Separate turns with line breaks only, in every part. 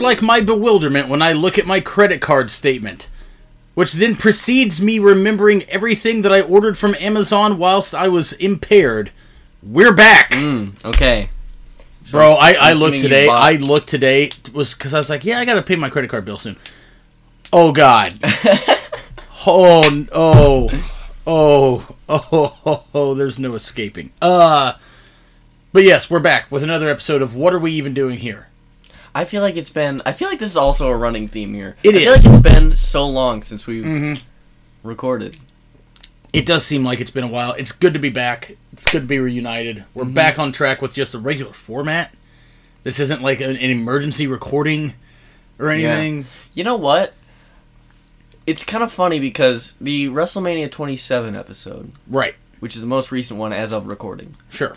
like my bewilderment when I look at my credit card statement, which then precedes me remembering everything that I ordered from Amazon whilst I was impaired. We're back,
Okay. Mm, So
bro. I,
I'm
I
assuming
looked
you
today.
bought-
I looked today It was because I was like, yeah, I gotta pay my credit card bill soon. Oh God. oh n- oh oh oh, oh, oh there's no escaping. Uh, but yes, we're back with another episode of What Are We Even Doing Here?
I feel like it's been. I feel like this is also a running theme here.
It
I feel
is. Mm-hmm.
like it's been so long since we've recorded.
It does seem like it's been a while. It's good to be back. It's good to be reunited. We're
Mhm.
back on track with just a regular format. This isn't like an, an emergency recording or anything.
You know what? It's kind of funny because the WrestleMania 27 episode,
Right.
which is the most recent one as of recording,
Sure.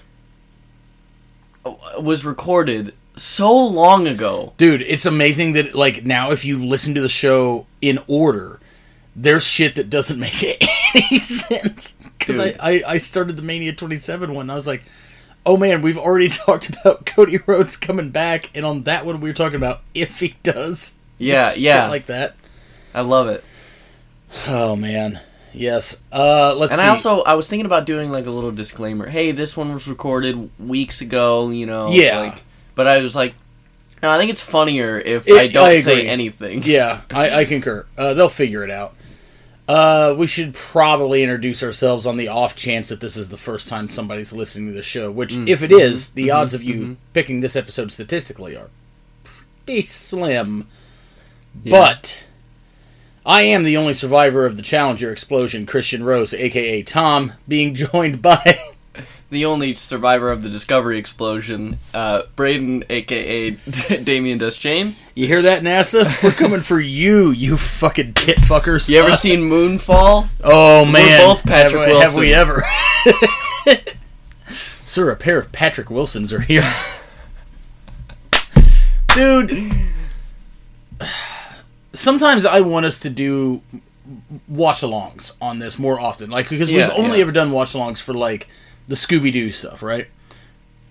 w- was recorded so long ago.
Dude, it's amazing that like now if you listen to the show in order, there's shit that doesn't make any sense. Because I,
Dude.
I, I started the Mania 27 one and I was like, oh man, we've already talked about Cody Rhodes coming back. And on that one, we were talking about if he does.
Yeah,
Shit
yeah.
Like that.
I love it.
Oh man, yes. Uh, let's
And
see.
I also I was thinking about doing like a little disclaimer. Hey, this one was recorded weeks ago, you know.
Yeah.
Like, but I was like, no, I think it's funnier if
It-
I don't
I
say
agree.
anything.
yeah, I, I concur. Uh, they'll figure it out. Uh, we should probably introduce ourselves on the off chance that this is the first time somebody's listening to the show. Which,
Mm.
if it is,
Mm-hmm.
the odds of you picking this episode statistically are pretty slim.
Yeah.
But I am the only survivor of the Challenger explosion, Christian Rose, aka Tom, being joined by
The only survivor of the Discovery explosion, uh, Braden, aka Damien Deschain.
You hear that, NASA? We're coming for you, you fucking tit fuckers.
You ever seen Moonfall?
Oh man,
both Patrick
have, we- Have we
Wilson.
ever? Sir, a pair of Patrick Wilsons are here, dude. Sometimes I want us to do watch-alongs on this more often, like because
Yeah,
we've only
yeah.
ever done watch-alongs for like the Scooby Doo stuff, right?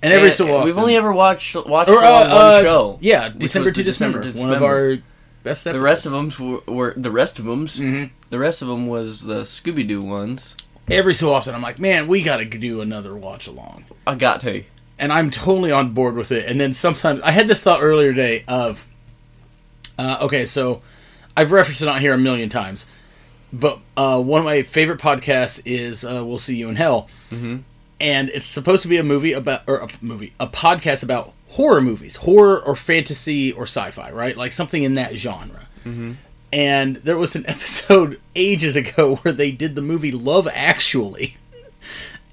And every
Eh,
so often,
We've only ever watched watched
Or,
one,
uh, uh,
one show.
Yeah,
was
December
the
to December,
December to
one of
December.
our best episodes.
The rest of them were, were the rest of them's.
Mhm.
The rest of them was the Scooby Doo ones.
every so often I'm like, man, we got to do another watch along.
I got to.
And I'm totally on board with it. And then sometimes I had this thought earlier today of, uh, okay, so I've referenced it on here a million times, but uh, one of my favorite podcasts is uh, "We'll See You in Hell," and it's supposed to be a movie about or a movie, a podcast about horror movies, horror or fantasy or sci-fi, right? Like something in that genre. And there was an episode ages ago where they did the movie Love Actually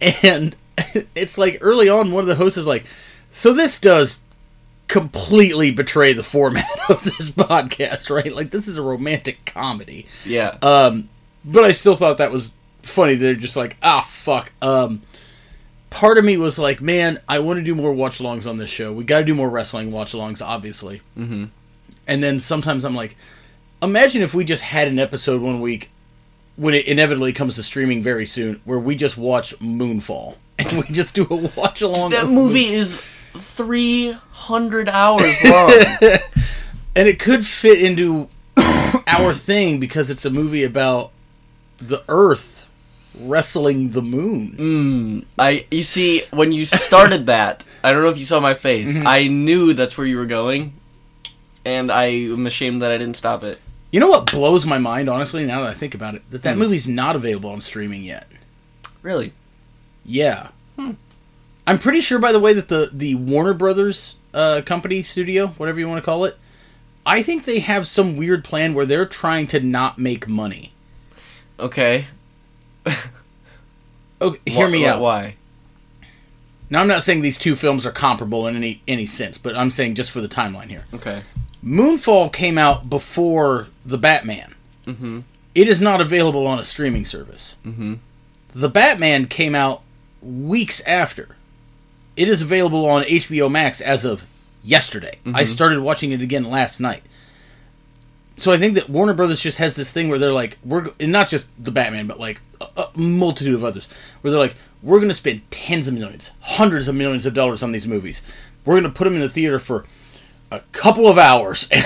and it's like early on one of the hosts is like so this does completely betray the format of this podcast right like this is a romantic comedy
Yeah.
Uh, but i still thought that was funny they're just like ah fuck um part of me was like man i want to do more watch alongs on this show we got to do more wrestling watch alongs obviously mm-hmm. and then sometimes i'm like imagine if we just had an episode one week when it inevitably comes to streaming very soon where we just watch moonfall and we just do a watch along
That movie is 300 hours long.
and it could fit into our thing because it's a movie about the earth wrestling the moon
I you see when you started that, I don't know if you saw my face.
Mm-hmm.
I knew that's where you were going and I am ashamed that I didn't stop it.
You know what blows my mind, honestly, now that I think about it, that that movie's not available on streaming yet.
Really?
Yeah, I'm pretty sure, by the way, that the the Warner Brothers uh, company studio, whatever you want to call it, I think they have some weird plan where they're trying to not make money.
Okay.
Oh, hear
Wh-
me
wh-
out.
Why?
Now, I'm not saying these two films are comparable in any any sense, but I'm saying just for the timeline here.
Okay.
Moonfall came out before The Batman.
Mhm.
It is not available on a streaming service. Mm-hmm. The Batman came out weeks after. It is available on HBO Max as of yesterday. I started watching it again last night. So I think that Warner Brothers just has this thing where they're like, we're go- and not just the Batman, but like a, a multitude of others, where they're like, we're going to spend tens of millions, hundreds of millions of dollars on these movies. We're going to put them in the theater for a couple of hours, and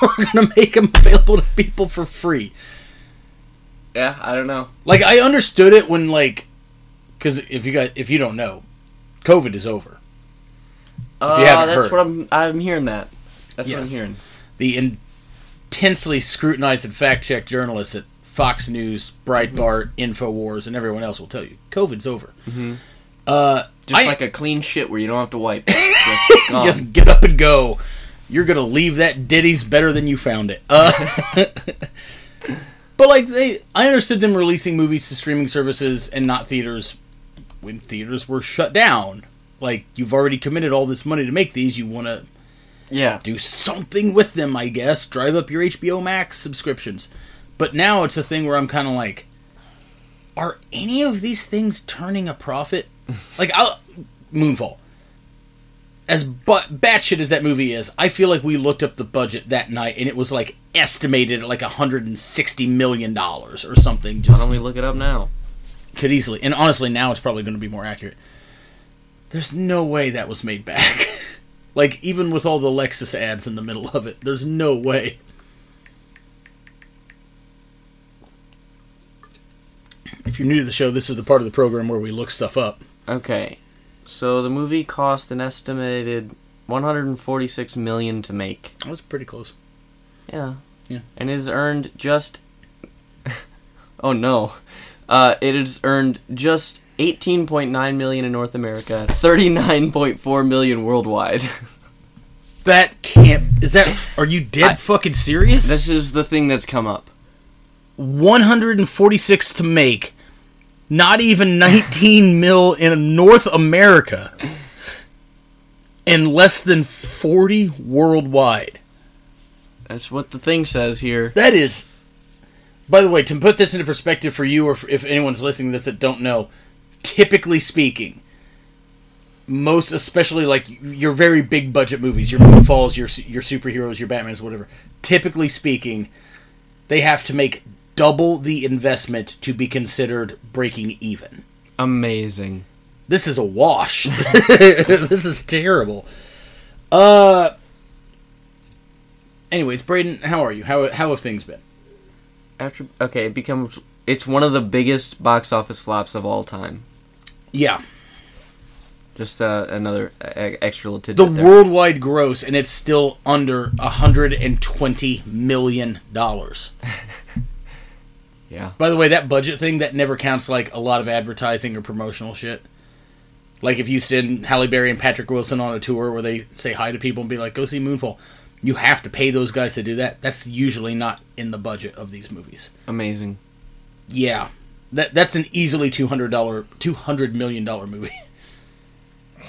we're gonna make them available to people for free.
Yeah, I don't know.
Like I understood it when like, because if you guys if you don't know, COVID is over.
Uh,
you haven't
that's
heard.
what I'm. I'm hearing that. That's what I'm
Yes.
hearing.
The intensely scrutinized and fact checked journalists at Fox News, Breitbart, Infowars, and everyone else will tell you COVID's over.
Just
I-
like a clean shit where you don't have to wipe. Just gone.
Just get up and go. You're gonna leave that ditties better than you found it. Uh, but like they, I understood them releasing movies to streaming services and not theaters when theaters were shut down. Like you've already committed all this money to make these, you want to
yeah.
do something with them, I guess. Drive up your HBO Max subscriptions. But now it's a thing where I'm kind of like, are any of these things turning a profit? like, I'll, Moonfall. As but batshit as that movie is, I feel like we looked up the budget that night and it was like estimated at like 160 million dollars or something.
Why
Just
don't we look it up now?
could easily and honestly now it's probably going to be more accurate there's no way that was made back like even with all the lexus ads in the middle of it there's no way if you're new to the show this is the part of the program where we look stuff up
Okay. So the movie cost an estimated 146 million to make.
that was pretty close
Yeah.
Yeah.
And it has earned just. oh no, uh, it has earned just 18.9 million in North America, 39.4 million worldwide.
that can't is that are you dead
I-
fucking serious
this is the thing that's come up.
146 to make not even 19 mil in north america and less than 40 worldwide
That's what the thing says here.
that is by the way to put this into perspective for you or for- if anyone's listening to this that don't know typically speaking most especially like your very big budget movies your moonfalls your your superheroes your batmans whatever typically speaking they have to make double the investment to be considered breaking even
Amazing.
this is a wash. this is terrible. Uh. Anyways, Braden, how are you? How how have things been?
After okay, it becomes it's one of the biggest box office flops of all time.
Yeah,
Just uh, another uh, extra little
the
tidbit there.
worldwide gross, and it's still under hundred and twenty million dollars.
yeah.
By the way, that budget thing that never counts like a lot of advertising or promotional shit. Like if you send Halle Berry and Patrick Wilson on a tour where they say hi to people and be like, "Go see Moonfall," you have to pay those guys to do that. That's usually not in the budget of these movies.
Amazing.
Yeah, that that's an easily two hundred dollar, two hundred million dollar movie.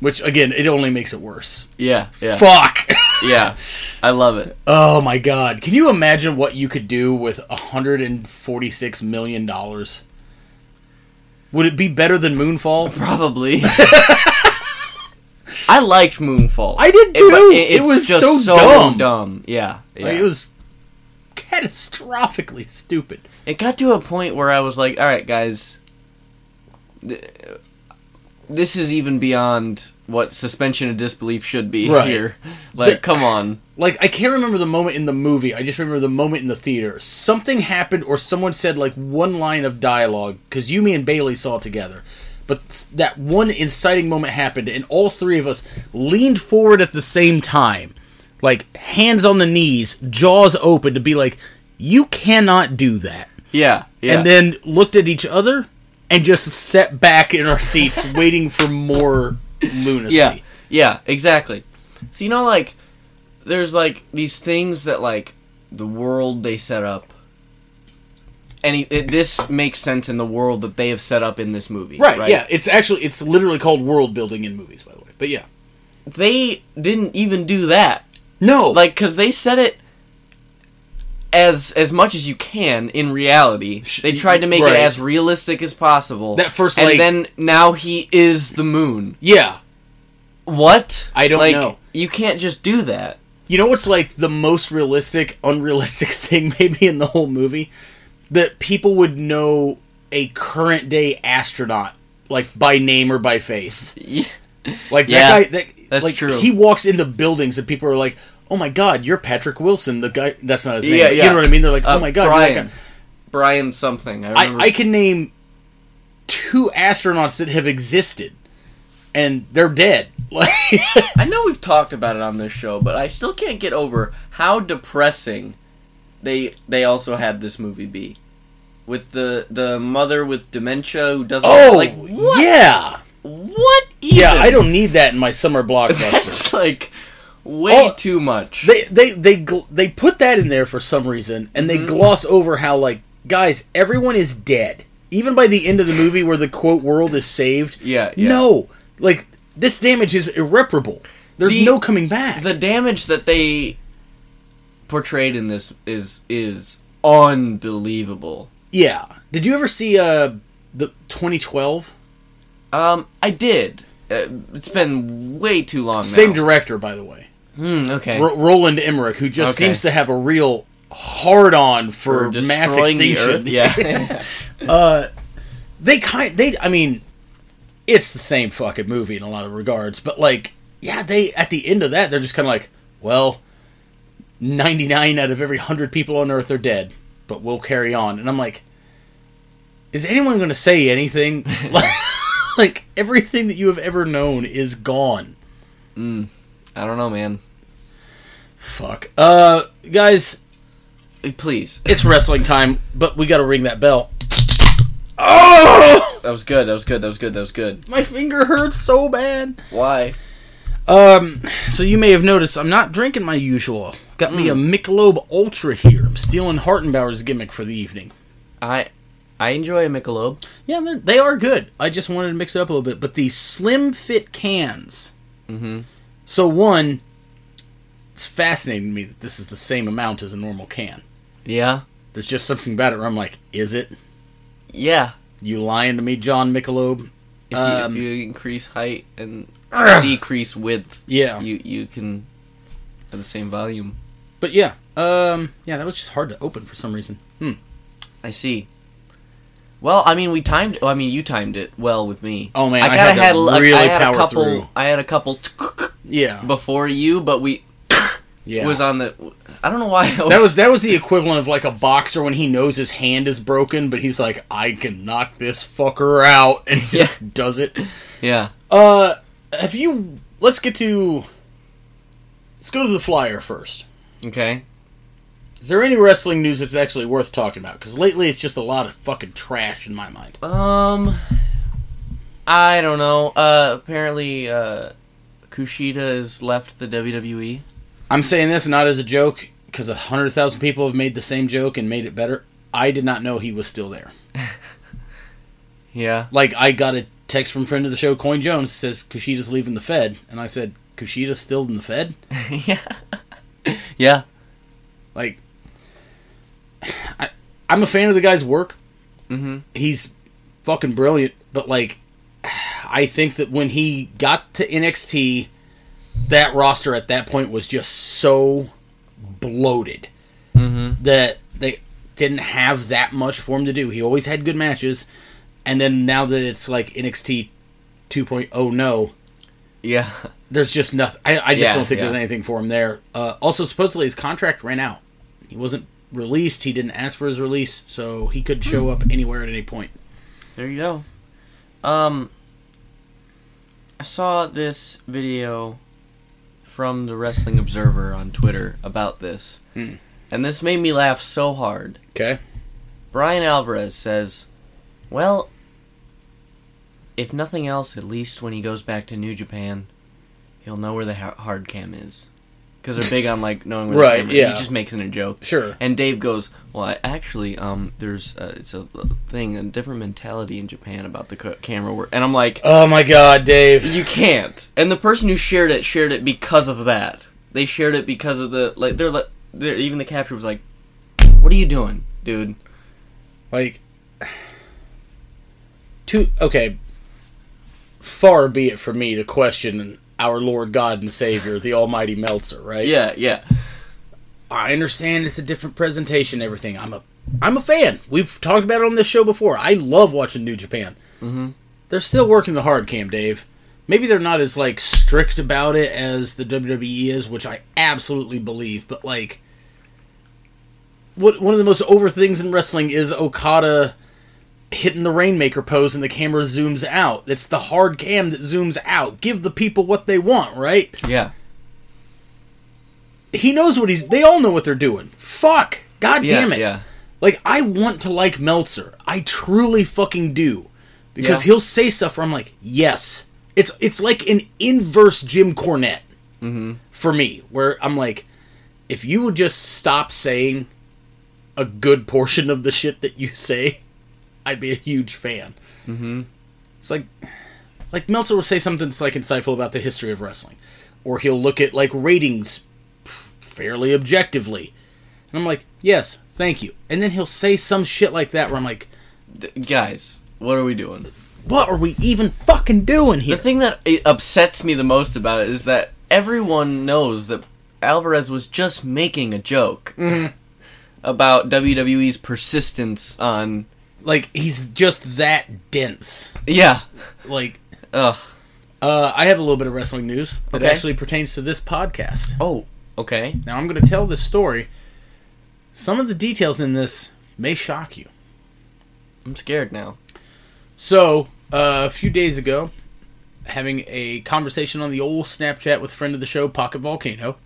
Which again, it only makes it worse.
Yeah. Yeah.
Fuck.
yeah. I love it.
Oh my god! Can you imagine what you could do with hundred and forty six million dollars? Would it be better than Moonfall?
Probably. I liked Moonfall.
I did
It- but
too.
it-
It
it's
was
just
so dumb.
Yeah, yeah.
Like,
it,
it was catastrophically stupid.
got to a point where I was like, "All right, guys, th- this is even beyond what suspension of disbelief should be
Right.
here. Like,
The-
come on,
like I can't remember the moment in the movie. I just remember the moment in the theater. Something happened, or someone said like one line of dialogue because Yumi and Bailey saw it together. But s- that one inciting moment happened, and all three of us leaned forward at the same time, like hands on the knees, jaws open, to be like, "You cannot do that."
yeah, yeah."
And then looked at each other and just sat back in our seats, waiting for more lunacy.
yeah, yeah, exactly. So you know, like, there's like these things that like the world they set up. And he- it, this makes sense in the world that they have set up in this movie,
Right, yeah. It's actually it's literally called world building in movies, by the way. But yeah.
they didn't even do that.
No.
Like, cause they said it as as much as you can in reality. They tried to make
right.
it as realistic as possible.
That first,
and
like-
then now he is the moon.
Yeah.
What?
I don't
like,
know.
You can't just do that.
You know what's like the most realistic, unrealistic thing maybe in the whole movie? That people would know a current day astronaut, like by name or by face.
Yeah.
Like
Yeah,
that guy, that,
that's
like
true.
he walks into buildings and people are like, "Oh my god, you're Patrick Wilson." The guy that's not his name.
Yeah,
You
yeah.
know what I mean? They're like,
Uh,
"Oh my god, you're that
Brian.
guy."
Brian something. I remember.
I, I can name two astronauts that have existed, and they're dead. Like,
I know we've talked about it on this show, but I still can't get over how depressing they they also had this movie be. With the the mother with dementia who doesn't
oh,
like what?
yeah,
What even?
yeah. I don't need that in my summer blockbuster.
That's like way
Oh,
too much.
they they they gl- they put that in there for some reason, and
Mhm.
they gloss over how like guys, everyone is dead. Even by the end of the movie, where the quote world is saved,
Yeah, yeah.
no, like this damage is irreparable. There's
The-
no coming back.
the damage that they portrayed in this is is unbelievable.
yeah. Did you ever see uh the 2012?
Um, I did. Uh, it's been way too long.
Same
now.
director, by the way,
Hmm, okay.
Ro- Roland Emmerich, who just
Okay.
seems to have a real hard on for,
For
mass
destroying the
extinction.
Earth. Yeah.
they kind they i mean it's the same fucking movie in a lot of regards but like yeah they at the end of that they're just kind of like well 99 out of every 100 people on earth are dead but we'll carry on and i'm like is anyone going to say anything like, like everything that you have ever known is gone
I don't know, man.
fuck uh guys
Uh, Please.
it's wrestling time but we got to ring that bell oh
That was good. That was good. That was good. That was good.
my finger hurts so bad
Why?
Um, so you may have noticed I'm not drinking my usual. Got me a Michelob Ultra here. I'm stealing Hartenbauer's gimmick for the evening.
I I enjoy a Michelob.
Yeah, they're, they are good. I just wanted to mix it up a little bit. But these slim fit cans.
Mhm.
So one, it's fascinating to me that this is the same amount as a normal can.
Yeah.
There's just something about it where I'm like, is it?
Yeah.
You lying to me, John Michelob?
If,
Um,
you, if you increase height and
Ugh.
decrease width,
Yeah.
you you can have the same volume.
But yeah, um, yeah, that was just hard to open for some reason. Hmm.
I see. Well, I mean, we timed. Well, I mean, you timed it well with me.
Oh, man, I
kinda
had to
l- I- I
really
had
power
a couple.
through.
I had a couple
Yeah.
before you, but we
Yeah.
was on the. I don't know why. I
That was that was the equivalent of like a boxer when he knows his hand is broken, but he's like, I can knock this fucker out, and he
Yeah.
just does it.
Yeah.
Uh, have you? Let's get to. Let's go to the flyer first.
Okay.
Is there any wrestling news that's actually worth talking about? Because lately it's just a lot of fucking trash in my mind.
Um, I don't know. Uh, apparently, uh, Kushida has left the E. WWE.
I'm saying this not as a joke because a hundred thousand people have made the same joke and made it better. I did not know he was still there.
Yeah.
like I got a text from friend of the show Coin Jones says Kushida's leaving the Fed, and I said Kushida's still in the Fed.
yeah. yeah.
Like I, I'm a fan of the guy's work.
Mm-hmm.
He's fucking brilliant, but like I think that when he got to NXT, that roster at that point was just so bloated
Mm-hmm.
that they didn't have that much for him to do. He always had good matches, and then now that it's like NXT 2.0, no,
Yeah.
there's just nothing. I, I just
Yeah,
don't think
yeah.
there's anything for him there. Uh, also, supposedly his contract ran out. He wasn't released. He didn't ask for his release, so he could show up anywhere at any point.
There you go. Um, I saw this video from the Wrestling Observer on Twitter about this,
Hmm.
and this made me laugh so hard.
Okay.
Brian Alvarez says, Well, if nothing else, at least when he goes back to New Japan, he'll know where the ha- hard cam is. Because they're big on, like, knowing where
Right,
the camera
yeah.
He just makes it a joke.
Sure.
And Dave goes, Well, I, actually, um, there's uh, it's a thing, a different mentality in Japan about the c- camera work. And I'm like,
Oh my God, Dave.
You can't. And the person who shared it shared it because of that. They shared it because of the, like, they're like, they're, even the capture was like, What are you doing, dude?
Like, two. Okay. Far be it from me to question our Lord God and Savior, the Almighty Meltzer. Right.
Yeah, yeah.
I understand it's a different presentation. and Everything. I'm a. I'm a fan. We've talked about it on this show before. I love watching New Japan.
Mm hmm.
They're still working the hard cam, Dave. maybe they're not as like strict about it as the WWE is, which I absolutely believe. But like, what one of the most over things in wrestling is Okada hitting the rainmaker pose and the camera zooms out. It's the hard cam that zooms out. Give the people what they want, right?
Yeah.
He knows what he's. They all know what they're doing. Fuck. God
Yeah,
damn it.
yeah.
Like I want to like Meltzer. I truly fucking do. Because
Yeah.
he'll say stuff where I'm like, yes. It's it's like an inverse Jim Cornette for me, where I'm like, if you would just stop saying a good portion of the shit that you say, I'd be a huge fan. Mm-hmm. It's like, like Meltzer will say something that's like insightful about the history of wrestling, or he'll look at like ratings fairly objectively, and I'm like, yes, thank you. And then he'll say some shit like that where I'm like,
D- guys, what are we doing?
what are we even fucking doing
The
here?
thing that i- upsets me the most about it is that everyone knows that Alvarez was just making a joke about WWE's persistence on.
Like he's just that dense.
Yeah.
Like
Ugh.
Uh, I have a little bit of wrestling news that
Okay.
actually pertains to this podcast.
Oh. Okay.
Now, I'm going to tell this story. Some of the details in this may shock you.
I'm scared now.
So, uh, a few days ago, having a conversation on the old Snapchat with friend of the show, Pocket Volcano,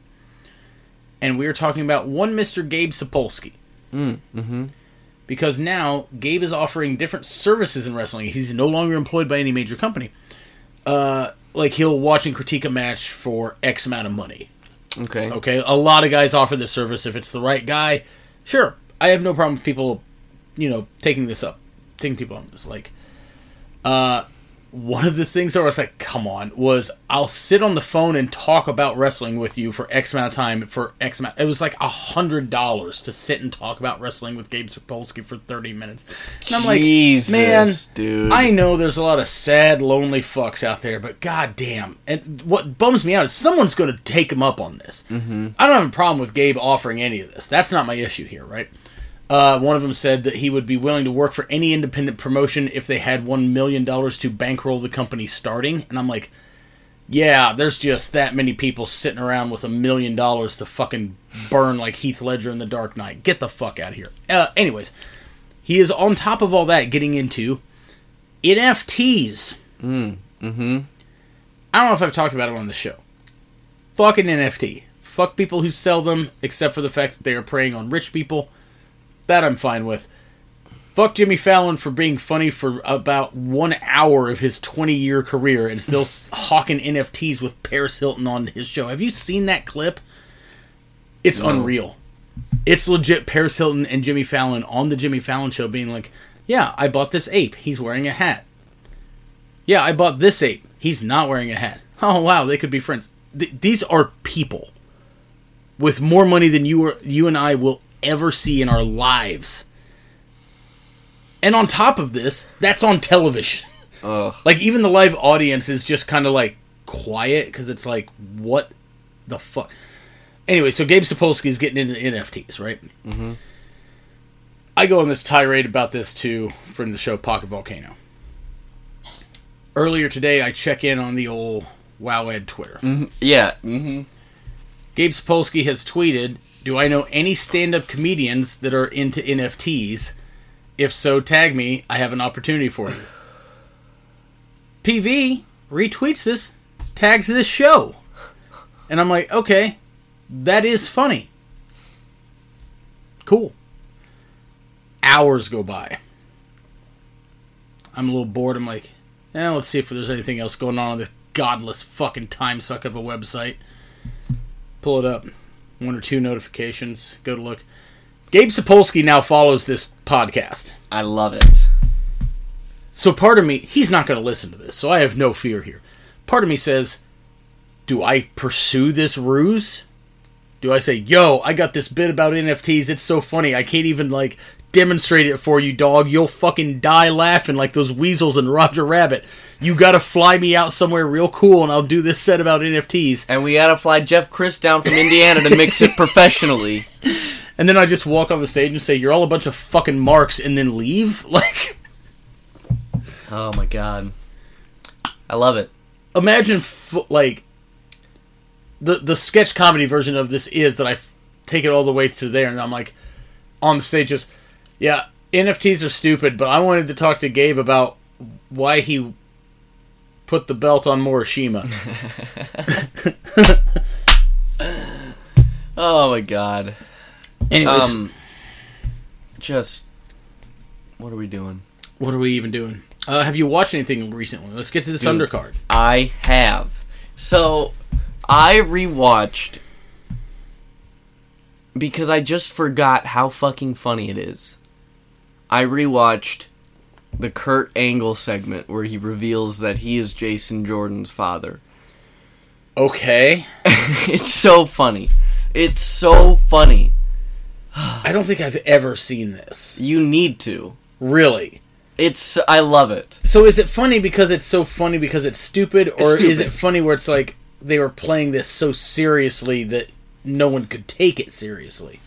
and we were talking about one Mr. Gabe Sapolsky.
Mm-hmm.
because now Gabe is offering different services in wrestling. He's no longer employed by any major company. Uh, like he'll watch and critique a match for X amount of money.
Okay.
Okay, a lot of guys offer this service if it's the right guy. Sure, I have no problem with people, you know, taking this up, taking people on this. Like, uh, one of the things I was like, "Come on," was I'll sit on the phone and talk about wrestling with you for X amount of time for X amount. It was like a hundred dollars to sit and talk about wrestling with Gabe Sapolsky for thirty minutes, and I'm like,
Jesus,
"Man,
dude.
I know there's a lot of sad, lonely fucks out there, but goddamn! And what bums me out is someone's going to take him up on this. Mm-hmm. I don't have a problem with Gabe offering any of this. That's not my issue here, right? Uh, one of them said that he would be willing to work for any independent promotion if they had one million dollars to bankroll the company starting. And I'm like, yeah, there's just that many people sitting around with a million dollars to fucking burn like Heath Ledger in The Dark Knight. Get the fuck out of here. Uh, anyways, he is on top of all that getting into NFTs. Mm, mm-hmm. I don't know if I've talked about it on the show. Fucking NFT. Fuck people who sell them, except for the fact that they are preying on rich people. That I'm fine with. Fuck Jimmy Fallon for being funny for about one hour of his 20 year career and still s- hawking NFTs with Paris Hilton on his show. Have you seen that clip? It's unreal it's legit Paris Hilton and Jimmy Fallon on the Jimmy Fallon show being like, Yeah, I bought this ape. He's wearing a hat. Yeah, I bought this ape. He's not wearing a hat. Oh, wow, they could be friends. Th- these are people with more money than you, or, you and I will ever see in our lives. And on top of this, that's on television.
Ugh.
Like even the live audience is just kind of like quiet because it's like what the fuck. Anyway, so Gabe Sapolsky's getting into NFTs, right? Mm-hmm. I go on this tirade about this too from the show Pocket Volcano. Earlier today, I check in on the old WowEd Twitter.
Yeah. Mm-hmm.
Gabe Sapolsky has tweeted, "Do I know any stand-up comedians that are into NFTs? If so, tag me. I have an opportunity for you." PV retweets this, tags this show, and I'm like, "Okay, that is funny. Cool." Hours go by. I'm a little bored. I'm like, eh, let's see if there's anything else going on on this godless fucking time suck of a website." pull it up. One or two notifications. Go to look. Gabe Sapolsky now follows this podcast.
I love it.
So part of me, he's not going to listen to this, so I have no fear here. Part of me says, do I pursue this ruse? Do I say, yo, I got this bit about NFTs. It's so funny. I can't even, like, demonstrate it for you, dog. You'll fucking die laughing like those weasels and Roger Rabbit. You got to fly me out somewhere real cool, and I'll do this set about NFTs.
And we gotta fly Jeff Chris down from Indiana to mix it professionally.
and then I just walk off the stage and say, "You're all a bunch of fucking marks," and then leave. Like,
Oh my god. I love it.
imagine f- like the the sketch comedy version of this is that I f- take it all the way to there, and I'm like on the stage just yeah NFTs are stupid, but I wanted to talk to Gabe about why he put the belt on Morishima.
Oh my god.
Anyways,
Um, just what are we doing?
what are we even doing? Uh, have you watched anything recently? Let's get to this
Dude.
undercard.
I have. So I rewatched because I just forgot how fucking funny it is. I rewatched the Kurt Angle segment where he reveals that he is Jason Jordan's father.
Okay,
it's so funny. It's so funny.
I don't think I've ever seen this.
You need to.
Really.
It's I love it.
So is it funny because it's so funny because it's stupid, or
It's stupid.
is it funny where it's like they were playing this so seriously that no one could take it seriously?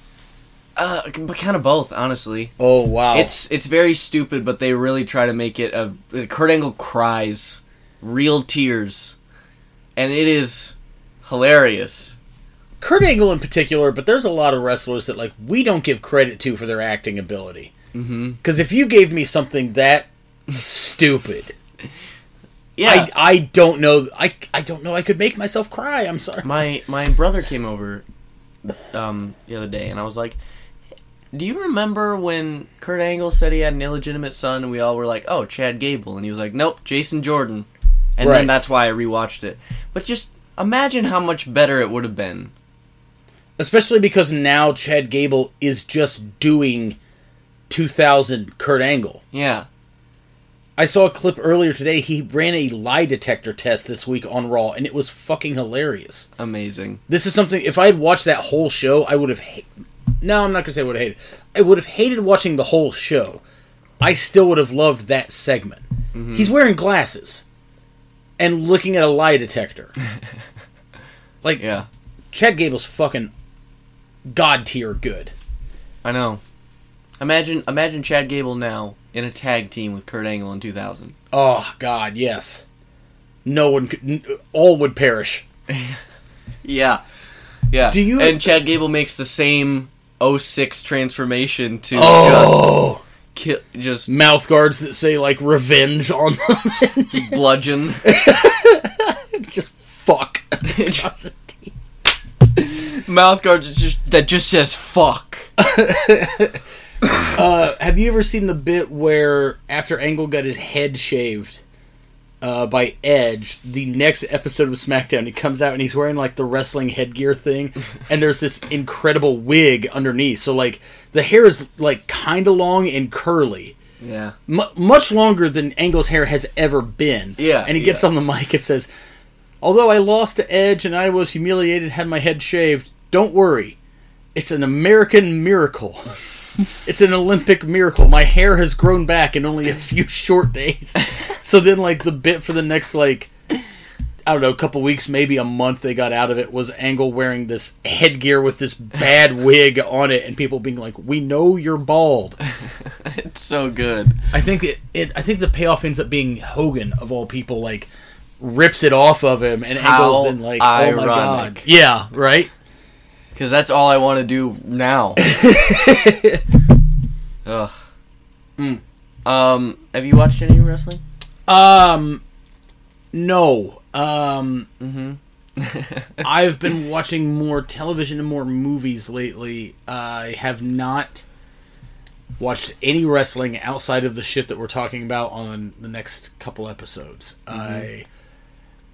Uh, but kind of both, honestly.
Oh wow!
It's it's very stupid, but they really try to make it a. Kurt Angle cries, real tears, and it is hilarious.
Kurt Angle in particular, but there's a lot of wrestlers that like we don't give credit to for their acting ability.
Mm-hmm.
Because if you gave me something that stupid,
Yeah,
I I don't know I I don't know I could make myself cry. I'm sorry.
my my brother came over, um, the other day, and I was like, "Do you remember when Kurt Angle said he had an illegitimate son?" And we all were like, "Oh, Chad Gable," and he was like, "Nope, Jason Jordan," and
Right.
then that's why I rewatched it. But just imagine how much better it would have been.
Especially because now Chad Gable is just doing 2000 Kurt Angle.
Yeah.
I saw a clip earlier today. He ran a lie detector test this week on Raw, and it was fucking hilarious.
Amazing.
This is something. If I had watched that whole show, I would have. Ha- no, I'm not gonna say I would have hated. I would have hated watching the whole show. I still would have loved that segment. He's wearing glasses and looking at a lie detector. like
Yeah.
Chad Gable's fucking god tier good.
I know. Imagine imagine Chad Gable now in a tag team with Kurt Angle in 2000.
Oh God, yes. No one could. n- All would perish.
Yeah. Yeah.
Do you-
And Chad Gable makes the same 06 transformation to
Oh.
just kill, just
mouth guards that say like revenge on them.
bludgeon.
just fuck.
Mouth guard that just, that just says fuck.
uh, have you ever seen the bit where after Angle got his head shaved uh, by Edge, the next episode of SmackDown, he comes out and he's wearing like the wrestling headgear thing, and there's this incredible wig underneath. So like the hair is like kind of long and curly.
Yeah.
mu much longer than Angle's hair has ever been.
Yeah,
And he gets
yeah.
on the mic and says, Although I lost to Edge and I was humiliated, had my head shaved, don't worry. It's an American miracle. it's an Olympic miracle. My hair has grown back in only a few short days. so then, like, the bit for the next, like, I don't know, a couple weeks, maybe a month they got out of it was Angle wearing this headgear with this bad wig on it and people being like, We know you're bald.
It's so good.
I think it, it. I think the payoff ends up being Hogan of all people, like rips it off of him, and
How
Angle's then like, oh my
ironic.
god, yeah, right.
Cuz that's all I want to do now. Ugh. Hmm. Um have you watched any wrestling?
Um, no. Um,
Mhm.
I've been watching more television and more movies lately. I have not watched any wrestling outside of the shit that we're talking about on the next couple episodes. I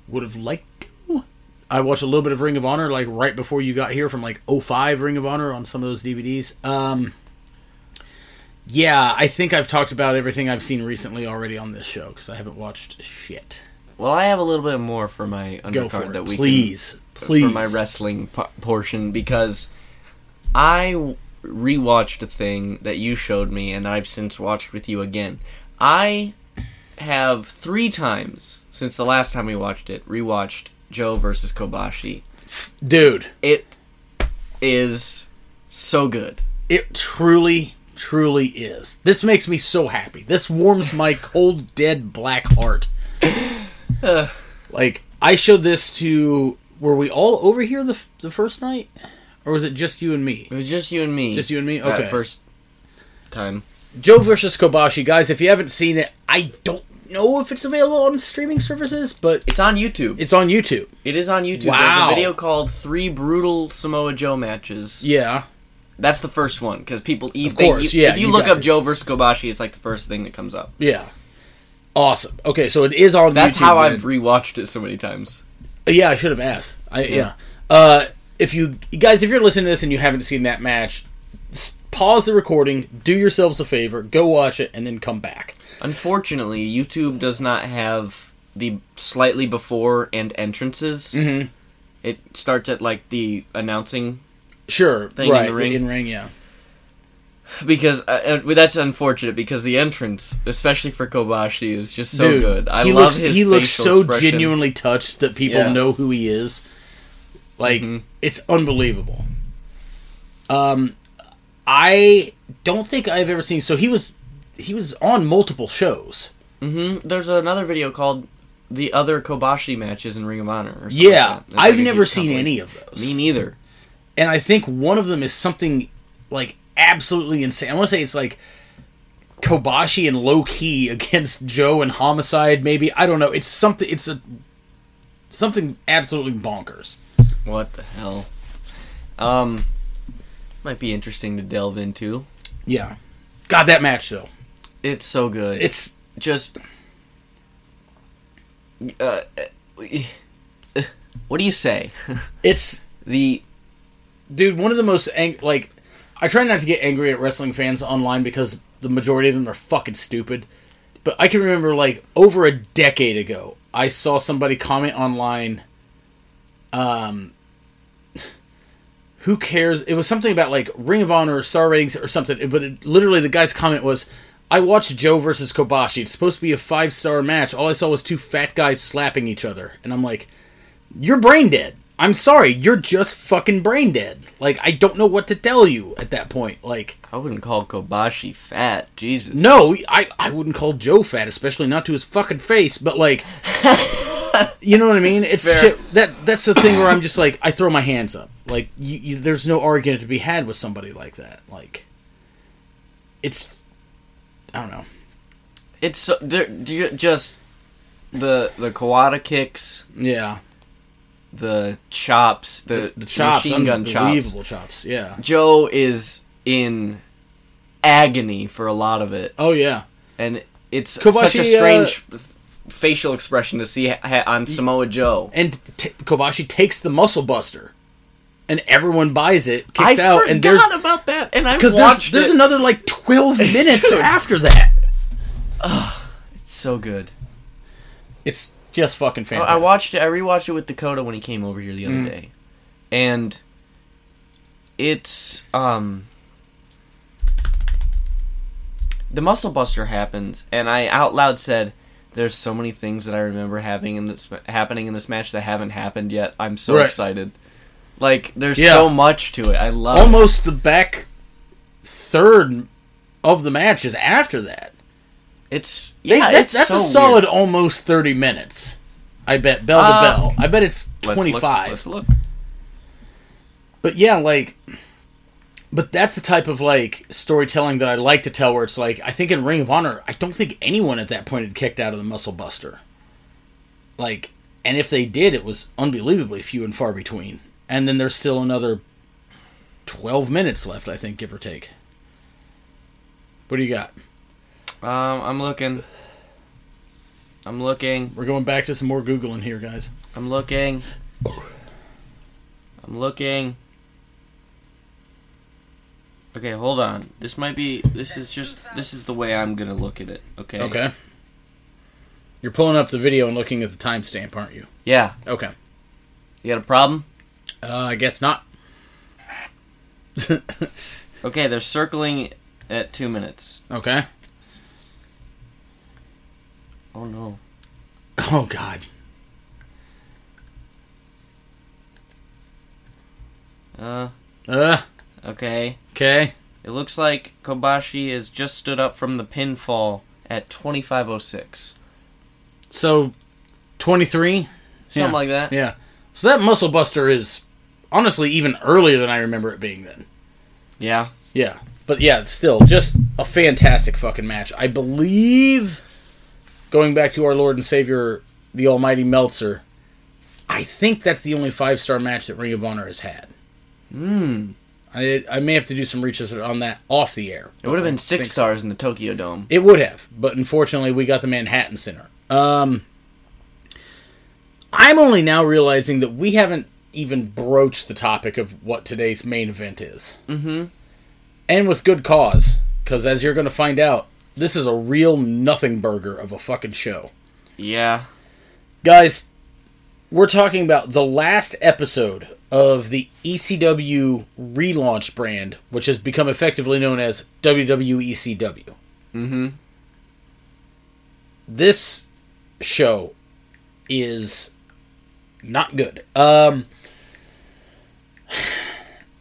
would have liked to. I watched a little bit of Ring of Honor like right before you got here from like 05 Ring of Honor on some of those DVDs. Um yeah, I think I've talked about everything I've seen recently already on this show because I haven't watched shit.
Well, I have a little bit more for my
Go for
undercard
it,
that we
please,
can,
please.
for my wrestling p- portion because I w- rewatched a thing that you showed me and I've since watched with you again. I have three times since the last time we watched it rewatched Joe versus Kobashi.
Dude,
It is so good.
It truly, truly is. This makes me so happy. This warms my cold, dead, black heart. Like I showed this to were we all over here the f- the first night, or was it just you and me?
It was just you and me.
Just you and me.
that
Okay.
first time.
Joe versus Kobashi, guys. If you haven't seen it, I don't know if it's available on streaming services, but
It's on YouTube.
it's on YouTube.
It is on YouTube.
Wow.
There's a video called Three Brutal Samoa Joe Matches.
Yeah,
That's the first one because people. If,
course,
they,
yeah,
if you,
you
look
got
up
to.
Joe versus Kobashi, it's like the first thing that comes up.
yeah. Awesome. Okay, so it is on.
That's
YouTube,
how
then.
I've rewatched it so many times.
Yeah, I should have asked. I yeah. Uh, if you guys, if you're listening to this and you haven't seen that match, s- pause the recording. Do yourselves a favor. Go watch it and then come back.
Unfortunately, YouTube does not have the slightly before and entrances.
Mhm.
It starts at like the announcing
Sure.
Thing in
right.
the ring.
In ring. Yeah.
because uh, uh, that's unfortunate because the entrance, especially for Kobashi, is just so
Dude,
good. I
he
love
looks,
his.
He looks
facial
so
expression.
genuinely touched that people
Yeah. Mm-hmm.
know who he is. Like it's unbelievable. Um, I don't think I've ever seen. So he was he was on multiple shows.
Mm-hmm. There's another video called "The Other Kobashi Matches in Ring of Honor." Or something
Yeah,
like that. It's
I've
like a
never
huge
seen
compilation.
any of those.
Me neither.
and I think one of them is something like absolutely insane. I want to say it's like Kobashi and Low Key against Joe and Homicide. Maybe I don't know. It's something. It's a something absolutely bonkers.
What the hell? Um, might be interesting to delve into.
Yeah, God, that match though.
It's so good.
It's
just. Uh, what do you say?
it's
the
dude. One of the most ang- like I try not to get angry at wrestling fans online because the majority of them are fucking stupid. But I can remember like over a decade ago, I saw somebody comment online. Um, who cares? It was something about like Ring of Honor or star ratings or something. But it, literally, the guy's comment was, "I watched Joe versus Kobashi. It's supposed to be a five star match. All I saw was two fat guys slapping each other." And I'm like, "You're brain dead. I'm sorry. You're just fucking brain dead. Like I don't know what to tell you at that point. Like."
I wouldn't call Kobashi fat. Jesus.
No, I, I wouldn't call Joe fat, especially not to his fucking face. But like, you know what I mean? It's
Fair.
shit- that that's the thing where I'm just like I throw my hands up. Like, you, you, there's no argument to be had with somebody like that. Like, it's I don't know.
It's so, they're ju- just the the Kawada kicks,
Yeah,
the chops, the,
the chops,
machine gun chops.
unbelievable chops. Yeah.
Joe is in agony for a lot of it,
Oh yeah.
and it's such
Kobashi,
a strange facial expression to see ha- ha- on Samoa Joe.
And t- Kobashi takes the muscle buster, and everyone buys it, kicks
I
out,
forgot
and there's
about that, and I
because
watched
there's, there's
it.
another like 12 minutes
Dude.
after that.
it's so good.
It's just fucking
Oh, I- Mm.
fantastic.
I watched it. I rewatched it with Dakota when he came over here the other day, and it's um the Muscle Buster happens, and I out loud said, "There's so many things that I remember having in this happening in this match that haven't happened yet. I'm so
Right.
excited. Like there's
Yeah.
so much to it. I love it.
almost the back third of the match is after that.
It's
They-
yeah,
that-
it's
that's
so
a
weird.
solid almost 30 minutes. I bet bell to
Uh,
bell. I bet it's
Let's look-
25.
Let's look.
but yeah, like but that's the type of like storytelling that I like to tell where it's like I think in Ring of Honor, I don't think anyone at that point had kicked out of the Muscle Buster. Like and if they did, it was unbelievably few and far between. And then there's still another 12 minutes left, I think, give or take. What do you got?
Um, I'm looking. I'm looking.
We're going back to some more googling here, guys.
I'm looking. I'm looking. Okay, hold on. This might be. This is just. This is the way I'm gonna look at it. Okay.
Okay. You're pulling up the video and looking at the timestamp, aren't you?
Yeah.
Okay.
You got a problem?
Uh, I guess not.
Okay, they're circling at two minutes.
Okay.
Oh no.
Oh God.
Uh.
Uh.
Okay.
Okay.
It looks like Kobashi has just stood up from the oh pinfall at 25:06.
So, twenty three.
something
Yeah.
like that.
Yeah. So that Muscle Buster is honestly even earlier than I remember it being then.
Yeah.
Yeah. But yeah, it's still just a fantastic fucking match. I believe going back to our Lord and Savior, the Almighty Meltzer, I think that's the only five star match that Ring of Honor has had. Hmm.
Mm.
I I may have to do some research on that off the air.
It would have
I
been
think
six
so.
stars in the Tokyo Dome.
It would have, but unfortunately, we got the Manhattan Center. Um, I'm only now realizing that we haven't even broached the topic of what today's main event is,
Mm-hmm.
and with good cause, because as you're going to find out, this is a real nothing burger of a fucking show,
Yeah.
guys. We're talking about the last episode of the ECW relaunch brand, which has become effectively known as E WWECW.
Mm-hmm.
this show is not good. Um,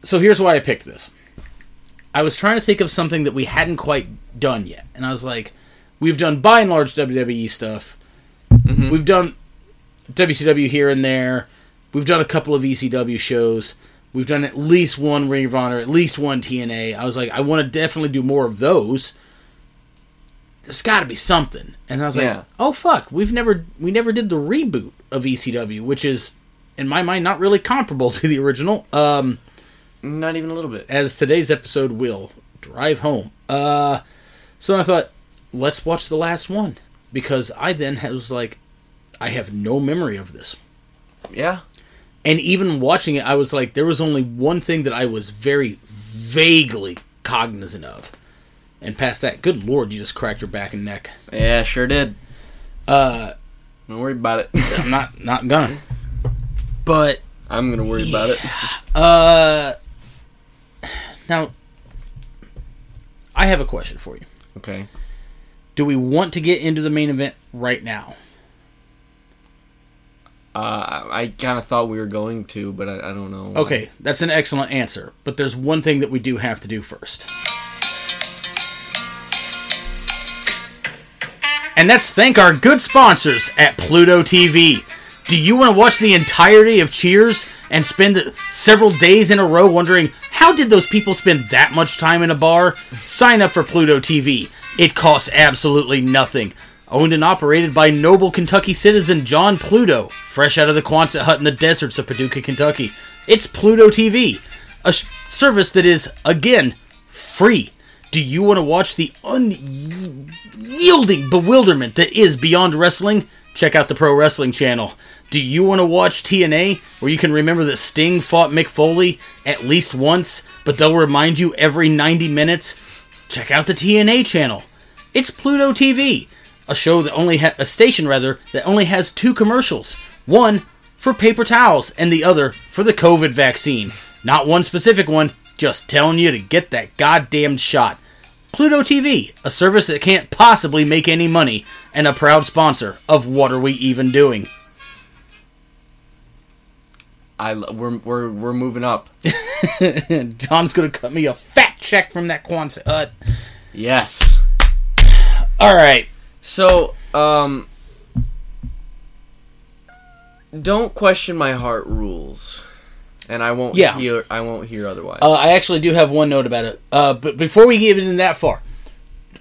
so here's why I picked this. I was trying to think of something that we hadn't quite done yet, and I was like, we've done by and large WWE stuff. We've done WCW here and there. We've done a couple of ECW shows. We've done at least one Ring of Honor, at least one TNA. I was like, I want to definitely do more of those. There's got to be something. And I was
Yeah.
like, oh fuck, we've never we never did the reboot of ECW, which is in my mind not really comparable to the original. Um
Not even a little bit.
as today's episode will drive home. Uh, so I thought, let's watch the last one because I then was like, I have no memory of this.
Yeah.
And even watching it, I was like, there was only one thing that I was very vaguely cognizant of. And past that, good lord, you just cracked your back and neck.
Yeah, sure did.
Uh,
Don't worry about it.
I'm not not gonna. But
I'm gonna worry about it.
uh, now, I have a question for you.
Okay.
Do we want to get into the main event right now?
Uh, I kind of thought we were going to, but I, I don't know. why.
Okay, that's an excellent answer, but there's one thing that we do have to do first. And that's thank our good sponsors at Pluto TV. Do you want to watch the entirety of Cheers and spend several days in a row wondering how did those people spend that much time in a bar? Sign up for Pluto TV. It costs absolutely nothing. Owned and operated by noble Kentucky citizen John Pluto, fresh out of the Quonset hut in the deserts of Paducah, Kentucky. It's Pluto TV, a s- service that is again free. Do you want to watch the un yielding bewilderment that is Beyond Wrestling, check out the Pro Wrestling channel. Do you want to watch TNA, where you can remember that Sting fought Mick Foley at least once, but they'll remind you every 90 minutes? Check out the TNA channel. It's Pluto TV, a show that only ha- a station rather that only has two commercials. One for paper towels and the other for the COVID vaccine. Not one specific one, just telling you to get that goddamn shot. Pluto TV, a service that can't possibly make any money, and a proud sponsor of What Are We Even Doing?
I lo- we're we're we're moving up.
John's gonna cut me a fat check from that Quonset hut.
yes.
All right.
So, um, don't question my heart rules, and I won't
Yeah.
hear. I won't hear otherwise.
Uh, I actually do have one note about it. Uh, but before we get in that far,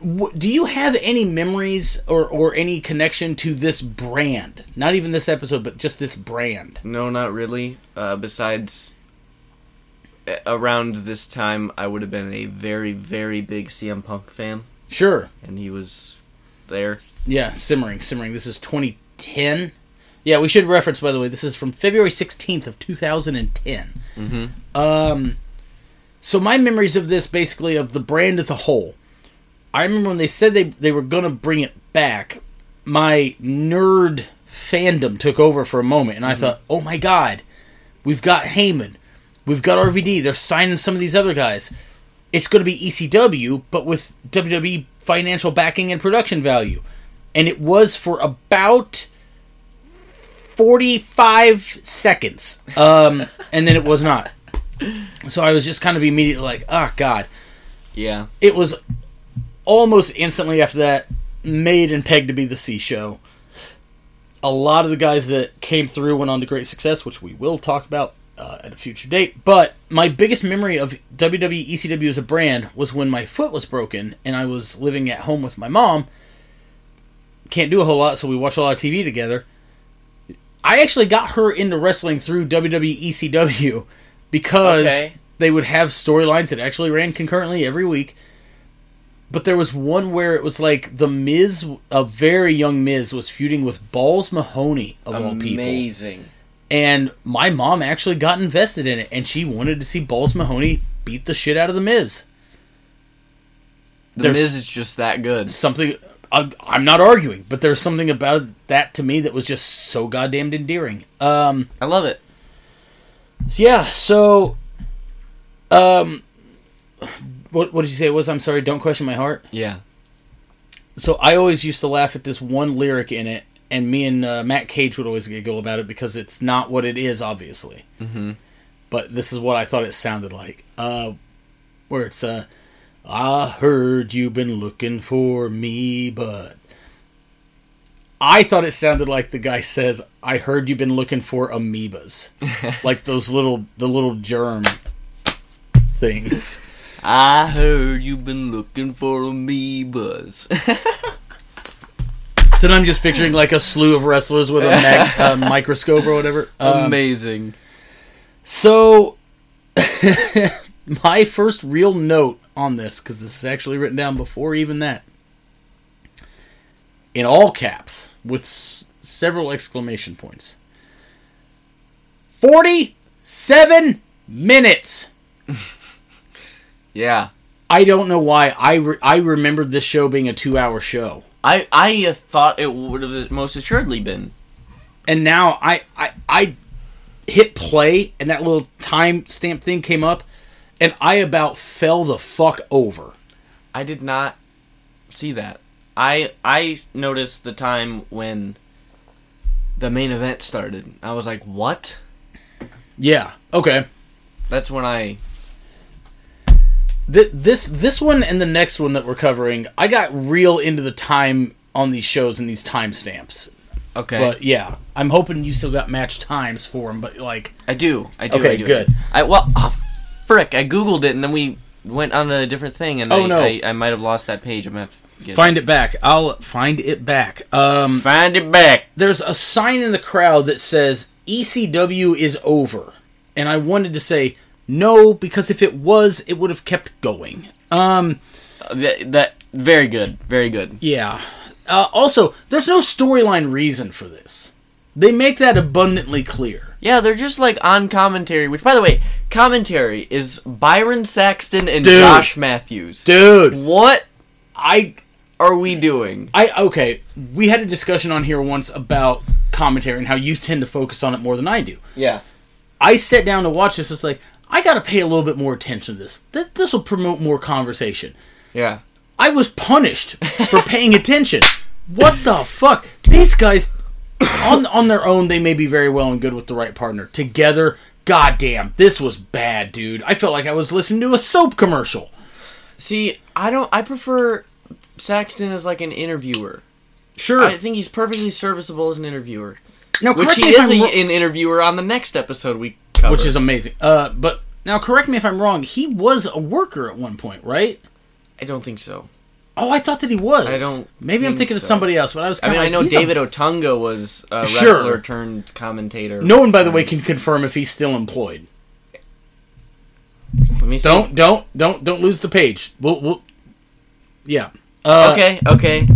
w- do you have any memories or, or any connection to this brand? Not even this episode, but just this brand.
no, not really. Uh, besides, a- around this time, I would have been a very very big CM Punk fan,
Sure.
and he was there.
Yeah, simmering, simmering. This is 2010. Yeah, we should reference, by the way, this is from February 16th of 2010. Mm-hmm. Um, so my memories of this, basically, of the brand as a whole. I remember when they said they, they were going to bring it back, my nerd fandom took over for a moment, and I thought, oh my god, we've got Heyman, we've got RVD, they're signing some of these other guys. It's going to be ECW, but with WWE financial backing and production value. And it was for about 45 seconds, um, and then it was not. So I was just kind of immediately like, oh god
Yeah.
it was almost instantly after that made and pegged to be the C show. a lot of the guys that came through went on to great success, which we will talk about uh, at a future date. But my biggest memory of E WWE ECW as a brand was when my foot was broken and I was living at home with my mom. Can't do a whole lot, so we watch a lot of TV together. I actually got her into wrestling through E WWE ECW because
Okay.
they would have storylines that actually ran concurrently every week. But there was one where it was like the Miz, a very young Miz, was feuding with Balls Mahoney of all people
Amazing.
and my mom actually got invested in it, and she wanted to see Balls Mahoney beat the shit out of the Miz.
The
There's-
Miz is just that good.
Something I, I'm not arguing, but there's something about that to me that was just so goddamn endearing. Um,
I love it.
so yeah, so um, what what did you say it was? I'm sorry, don't question my heart.
Yeah.
So I always used to laugh at this one lyric in it, and me and uh, Matt Cage would always giggle about it because it's not what it is, obviously. Mm-hmm. But this is what I thought it sounded like, uh, where it's uh, "I heard you've been looking for me, but." I thought it sounded like the guy says, "I heard you've been looking for amoebas, like those little the little germ things."
I heard you've been looking for amoebas.
So then I'm just picturing like a slew of wrestlers with a mag- uh, microscope or whatever. Um,
Amazing.
So, my first real note on this, because this is actually written down before even that, in all caps with s- several exclamation points. 47 minutes!
Yeah.
I don't know why. I, re- I remembered this show being a two hour show.
I I uh, thought it would have most assuredly been.
and now I, I I hit play and that little time stamp thing came up and I about fell the fuck over.
I did not see that. I I noticed the time when the main event started. I was like, "What?"
Yeah. Okay.
That's when I
Th- this this one and the next one that we're covering, I got real into the time on these shows and these timestamps.
okay.
But yeah, I'm hoping you still got match times for them. But like,
I do. I do.
Okay,
I do.
good.
I well, ah, frick! I googled it and then we went on a different thing, and
Oh,
I,
no.
I, I might have lost that page. I'm gonna have to get
find it back. I'll find it back. Um,
find it back.
there's a sign in the crowd that says ECW is over. And I wanted to say no because if it was, it would have kept going. Um
That, that very good, very good.
yeah. Uh, also, there's no storyline reason for this. They make that abundantly clear.
Yeah, they're just like on commentary. Which, by the way, commentary is Byron Saxton and
Dude.
Josh Matthews.
Dude,
What
I
are we doing?
I okay, we had a discussion on here once about commentary and how you tend to focus on it more than I do.
Yeah.
I sat down to watch this, it's like I got to pay a little bit more attention to this. Th- this will promote more conversation.
Yeah.
I was punished for paying attention. What the fuck? These guys on on their own they may be very well and good with the right partner. Together, goddamn, this was bad, dude. I felt like I was listening to a soap commercial.
See, I don't. I prefer Saxton as like an interviewer.
Sure.
I think he's perfectly serviceable as an interviewer,
now
which
Oh, correct
he
me if
is
I'm
a,
wro-
an interviewer on the next episode we cover.
which is amazing. Uh but now correct me if I'm wrong. He was a worker at one point, right?
I don't think so.
Oh, I thought that he was.
I don't
Maybe I'm
think
thinking of
so.
somebody else, but I was
I
kind
mean,
of
I know David Otunga was a
Sure.
wrestler turned commentator.
No one by the way can confirm if he's still employed.
Let me see.
Don't don't don't don't lose the page. We'll, we'll yeah. Uh,
Okay, okay.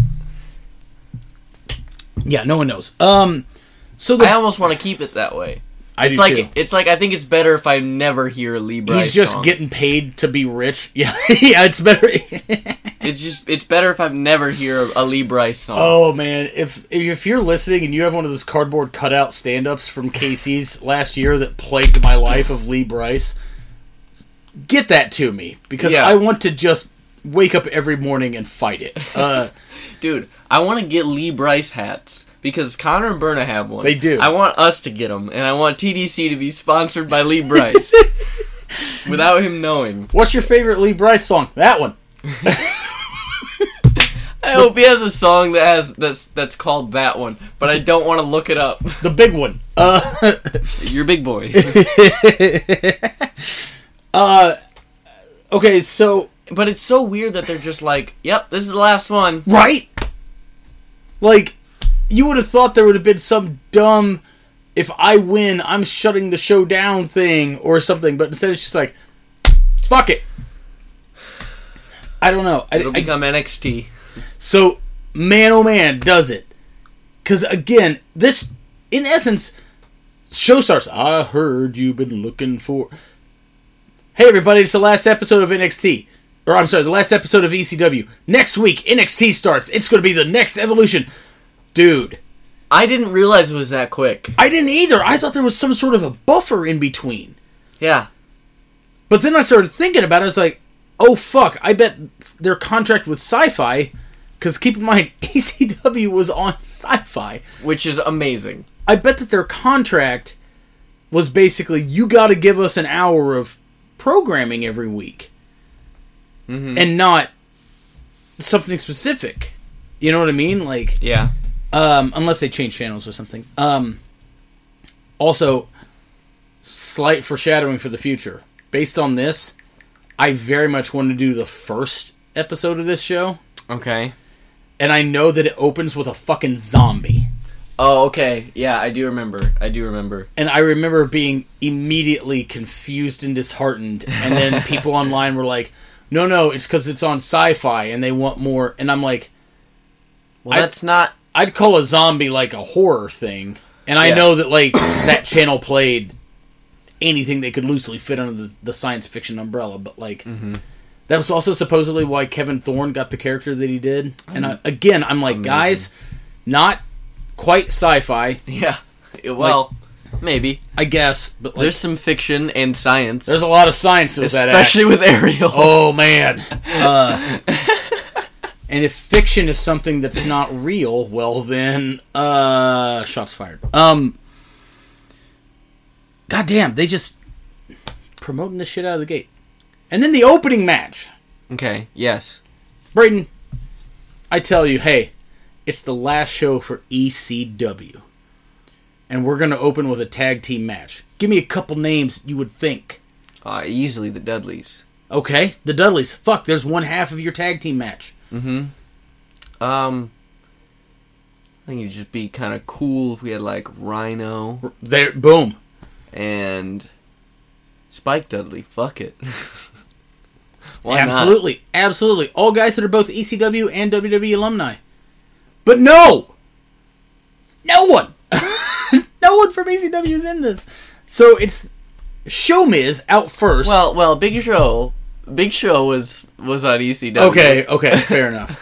Yeah, no one knows. Um, so the,
I almost want to keep it that way.
I
It's
do
like
too.
it's like I think it's better if I never hear a Lee Bryce
He's just
song.
getting paid to be rich. Yeah, yeah, it's better.
It's just it's better if I never hear a Lee Bryce song.
oh man, if if you're listening and you have one of those cardboard cutout stand-ups from Casey's last year that plagued my life of Lee Bryce, get that to me because
Yeah.
I want to just wake up every morning and fight it. Uh,
Dude, I want to get Lee Bryce hats because Connor and Berna have one.
They do.
I want us to get them, and I want TDC to be sponsored by Lee Bryce without him knowing.
what's your favorite Lee Bryce song? That one.
I I hope he has a song that has that's that's called that one, but I don't want to look it up.
the big one. Uh,
You're big boy.
uh, okay, so
but it's so weird that they're just like, "Yep, this is the last one."
right, like you would have thought there would have been some dumb "if I win, I'm shutting the show down" thing or something, but instead it's just like, "Fuck it." I don't know. I,
It'll
I-
become NXT.
So, man, oh man, does it? Because again, this, in essence, show starts. I heard you've been looking for. Hey, everybody! It's the last episode of NXT, or I'm sorry, the last episode of ECW. Next week, NXT starts. It's going to be the next evolution, dude.
I didn't realize it was that quick.
I didn't either. I thought there was some sort of a buffer in between.
Yeah.
But then I started thinking about it. I was like, oh, fuck. I bet their contract with sci fi, because keep in mind, ECW was on sci fi.
Which is amazing.
I bet that their contract was basically you got to give us an hour of programming every week and not something specific. You know what I mean? Like,
Yeah.
um, unless they change channels or something. Um, also, slight foreshadowing for the future. Based on this, I very much want to do the first episode of this show,
Okay.
and I know that it opens with a fucking zombie.
Oh, okay. Yeah, I do remember. I do remember.
And I remember being immediately confused and disheartened, and then people online were like, "No, no, it's because it's on sci-fi and they want more." And I'm like,
Well,
I-
that's not
I'd call a zombie like a horror thing, and I
Yeah.
know that like that channel played anything they could loosely fit under the, the science fiction umbrella, but like
Mm-hmm.
that was also supposedly why Kevin Thorne got the character that he did. And I, again, I'm like, guys, not quite sci-fi,
Yeah. Well, maybe.
I guess, but like,
There's
there's,
some fiction and science,
a lot of science to that, act.
especially with Ariel.
Oh man. Uh, and if fiction is something that's not real, well then uh shots fired. Um God damn, they just promoting the shit out of the gate. And then the opening match.
Okay. Yes.
Brayden, I tell you, hey, it's the last show for ECW. And we're gonna open with a tag team match. Give me a couple names you would think.
Uh, easily the Dudleys.
Okay, the Dudleys. Fuck, there's one half of your tag team match.
Um, I think it'd just be kind of cool if we had like Rhino
There, boom.
and Spike Dudley. Fuck it. Why not?
absolutely, absolutely. All guys that are both ECW and WWE alumni. But no, no one, no one from ECW is in this. So it's Showmiz out first.
Well, well, Big Show, Big Show was was on E ECW.
okay, okay, fair enough.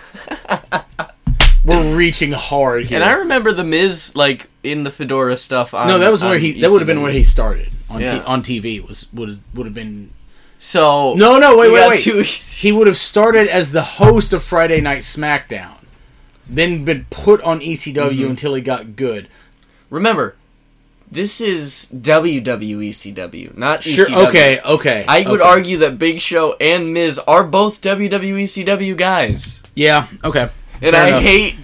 We're reaching hard here.
And I remember the Miz like in the fedora stuff. On,
no, that was where
on E
he. That would have been
ECW.
where he started on
Yeah.
t- on TV. Was would would have been
So
No, no, wait,
you
wait,
got
wait.
Two EC-
he would have started as the host of Friday Night SmackDown, then been put on ECW
Mm-hmm.
until he got good.
Remember, this is WWECW, not
Sure.
ECW.
Okay. Okay.
E I would
okay.
argue that Big Show and Miz are both WWECW guys,
Yeah. Okay.
and
Fair
I
enough.
hate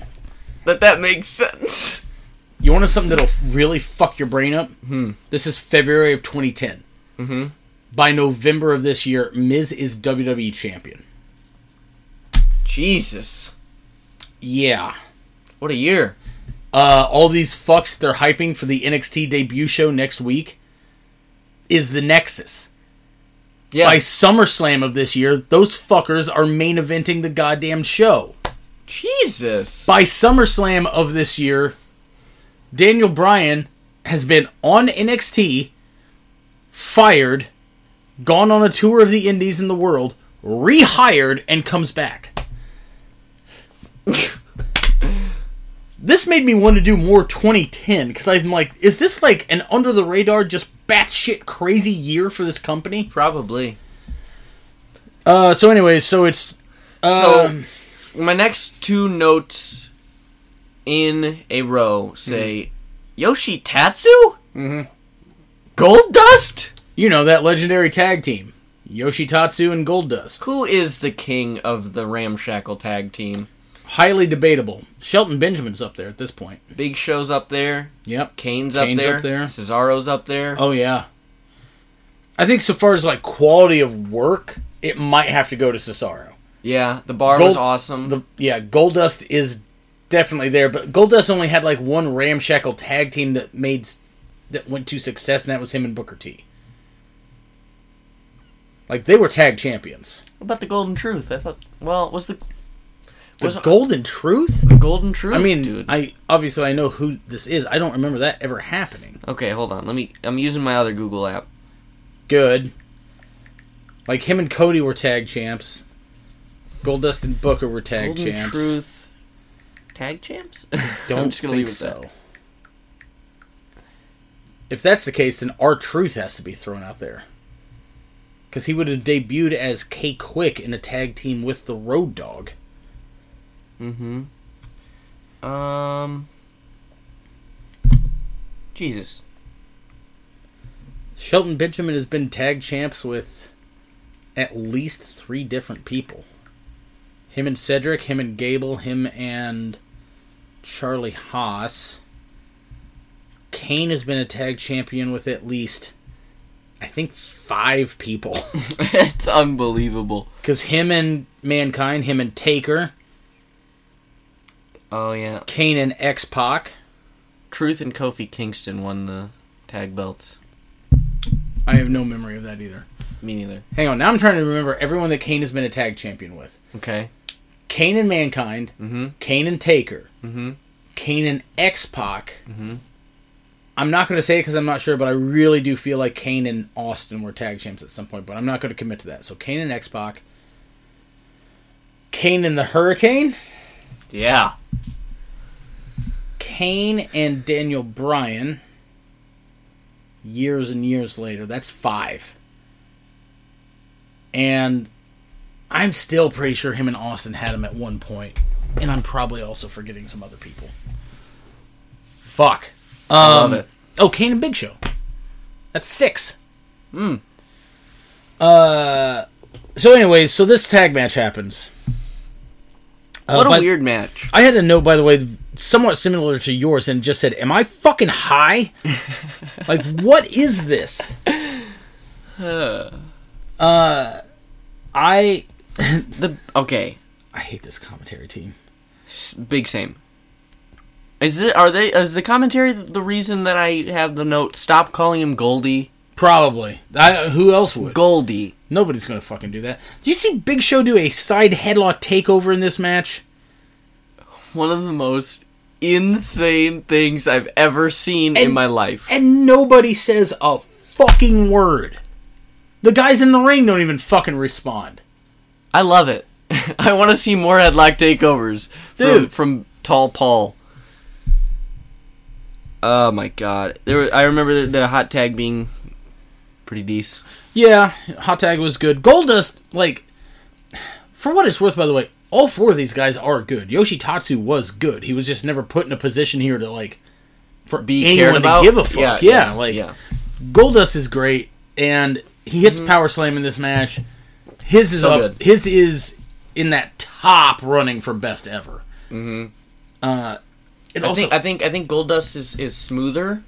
that that makes sense.
You want to know something that'll really fuck your brain up? Hmm. This is February of 2010. Mm-hmm. By November of this year, Miz is WWE champion.
Jesus,
Yeah.
what a year!
Uh, all these fucks they're hyping for the NXT debut show next week is the Nexus.
Yeah,
By SummerSlam of this year, those fuckers are main eventing the goddamn show.
Jesus.
by SummerSlam of this year, Daniel Bryan has been on NXT, fired, gone on a tour of the Indies and the world, rehired, and comes back. this made me want to do more 2010 because I'm like, is this like an under the radar, just batshit crazy year for this company?
Probably.
Uh, so anyways, so it's
So
Um,
my next two notes in a row
Hmm.
say Yoshi Tatsu? Mm-hmm. Gold Dust?
you know that legendary tag team, Yoshitatsu and Goldust.
Who is the king of the Ramshackle tag team?
highly debatable. Shelton Benjamin's up there at this point.
Big Show's up there.
Yep.
Kane's up
Kane's
there.
up there.
Cesaro's up there.
Oh yeah. I think so far as like quality of work, it might have to go to Cesaro.
Yeah, the bar
Gold-
was awesome.
The yeah, Goldust is definitely there, but Goldust only had like one ramshackle tag team that made s- that went to success, and that was him and Booker T. Like they were tag champions.
what about the Golden Truth? I thought. Well, was the
The
Was-
Golden Truth.
the Golden Truth?
I mean,
dude.
I obviously I know who this is. I don't remember that ever happening.
okay, hold on. Let me. I'm using my other Google app.
Good. Like him and Cody were tag champs. Goldust and Booker were tag
Golden
champs.
Truth. Tag champs?
Don't
I'm just gonna
think
leave it at
so.
that.
If that's the case, then our truth has to be thrown out there. Because he would have debuted as K Quick in a tag team with the Road Dog.
Mm-hmm. Um. Jesus.
Shelton Benjamin has been tag champs with at least three different people. Him and Cedric, him and Gable, him and Charlie Haas. Kane has been a tag champion with at least, I think, five people.
it's unbelievable.
Because him and Mankind, him and Taker,
Oh yeah.
Kane and X Pac.
Truth and Kofi Kingston won the tag belts.
I have no memory of that either.
Me neither.
Hang on, now I'm trying to remember everyone that Kane has been a tag champion with.
Okay.
Kane and Mankind,
Mm-hmm.
Kane and Taker,
Mm-hmm.
Kane and X Pac. I'm not going to say it because I'm not sure, but I really do feel like Kane and Austin were tag champs at some point, but I'm not going to commit to that. So Kane and X Pac, Kane and the Hurricane,
Yeah.
Kane and Daniel Bryan. Years and years later, that's five. And I'm still pretty sure him and Austin had him at one point, and I'm probably also forgetting some other people. Fuck. Um,
love it.
Oh, Kane and Big Show. That's six. Hmm.
Mm.
Uh. So, anyways, so this tag match happens. Uh,
What a
by-
weird match.
I had a note, by the way, somewhat similar to yours, and just said, "Am I fucking high? like, what is this?" Uh, I
The okay.
I hate this commentary team.
Big same. Is it are they is the commentary th- the reason that I have the note stop calling him Goldie?
Probably. I, who else would?
Goldie.
Nobody's gonna fucking do that. Do you see Big Show do a side headlock takeover in this match?
One of the most insane things I've ever seen in
And-
my life.
and nobody says a fucking word. The guys in the ring don't even fucking respond.
I love it. I want to see more headlock takeovers
Dude.
from, from Tall Paul. Oh my god. There were, I remember the, the hot tag being pretty decent.
Yeah, Hot Tag was good. Goldust, like, for what it's worth, by the way, all four of these guys are good. Yoshitatsu was good. He was just never put in a position here to like for
Be cared
anyone
about.
to give a fuck. Yeah, like
yeah. Mhm.
Goldust is great, and he hits power slam in this match. His is
So
up.
good.
His is in that top running for best ever. Mm-hmm. Uh, it
I
also,
think I think I think Goldust is is smoother.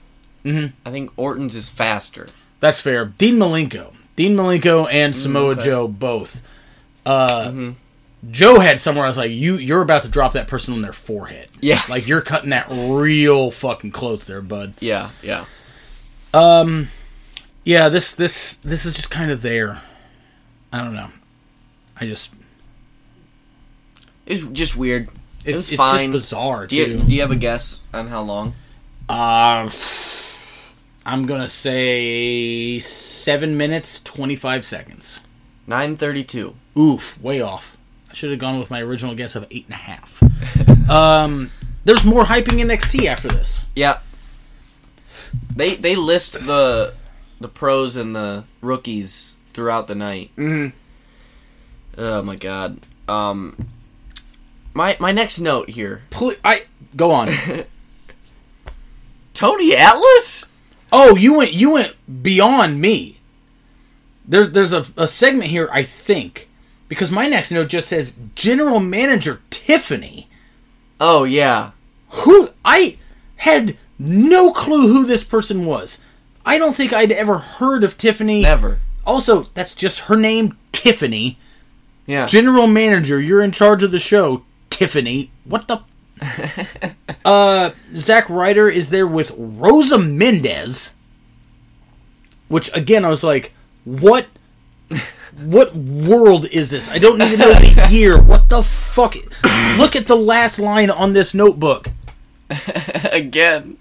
Mm-hmm. I think Orton's is faster.
That's fair. Dean Malenko. Dean Malenko and
Mm,
Samoa Joe both. Uh,
Mm-hmm.
Joe had somewhere I was like, you you're about to drop that person on their forehead.
Yeah.
Like you're cutting that real fucking close there, bud.
Yeah, yeah.
Yeah, this this this is just kind of there. I don't know. I just
It's just weird.
it's,
it was
it's
fine.
just bizarre
do,
too.
you, do you have a guess on how long?
Uh, I'm gonna say seven minutes twenty five seconds.
Nine thirty-two.
Oof, way off. I should have gone with my original guess of eight and a half. um, there's more hyping in NXT after this.
Yeah. They they list the the pros and the rookies throughout the night.
Mhm.
Oh my god. Um my my next note here.
Ple- I go on.
Tony Atlas?
oh, you went you went beyond me. There's there's a, a segment here I think because my next note just says General Manager Tiffany.
Oh yeah.
Who I had no clue who this person was. I don't think I'd ever heard of Tiffany.
Never.
Also, that's just her name, Tiffany.
Yeah.
General Manager, you're in charge of the show, Tiffany. What the? uh, Zach Ryder is there with Rosa Mendez, which again I was like, what? What world is this? I don't even know the year. What the fuck? Look at the last line on this notebook.
Again.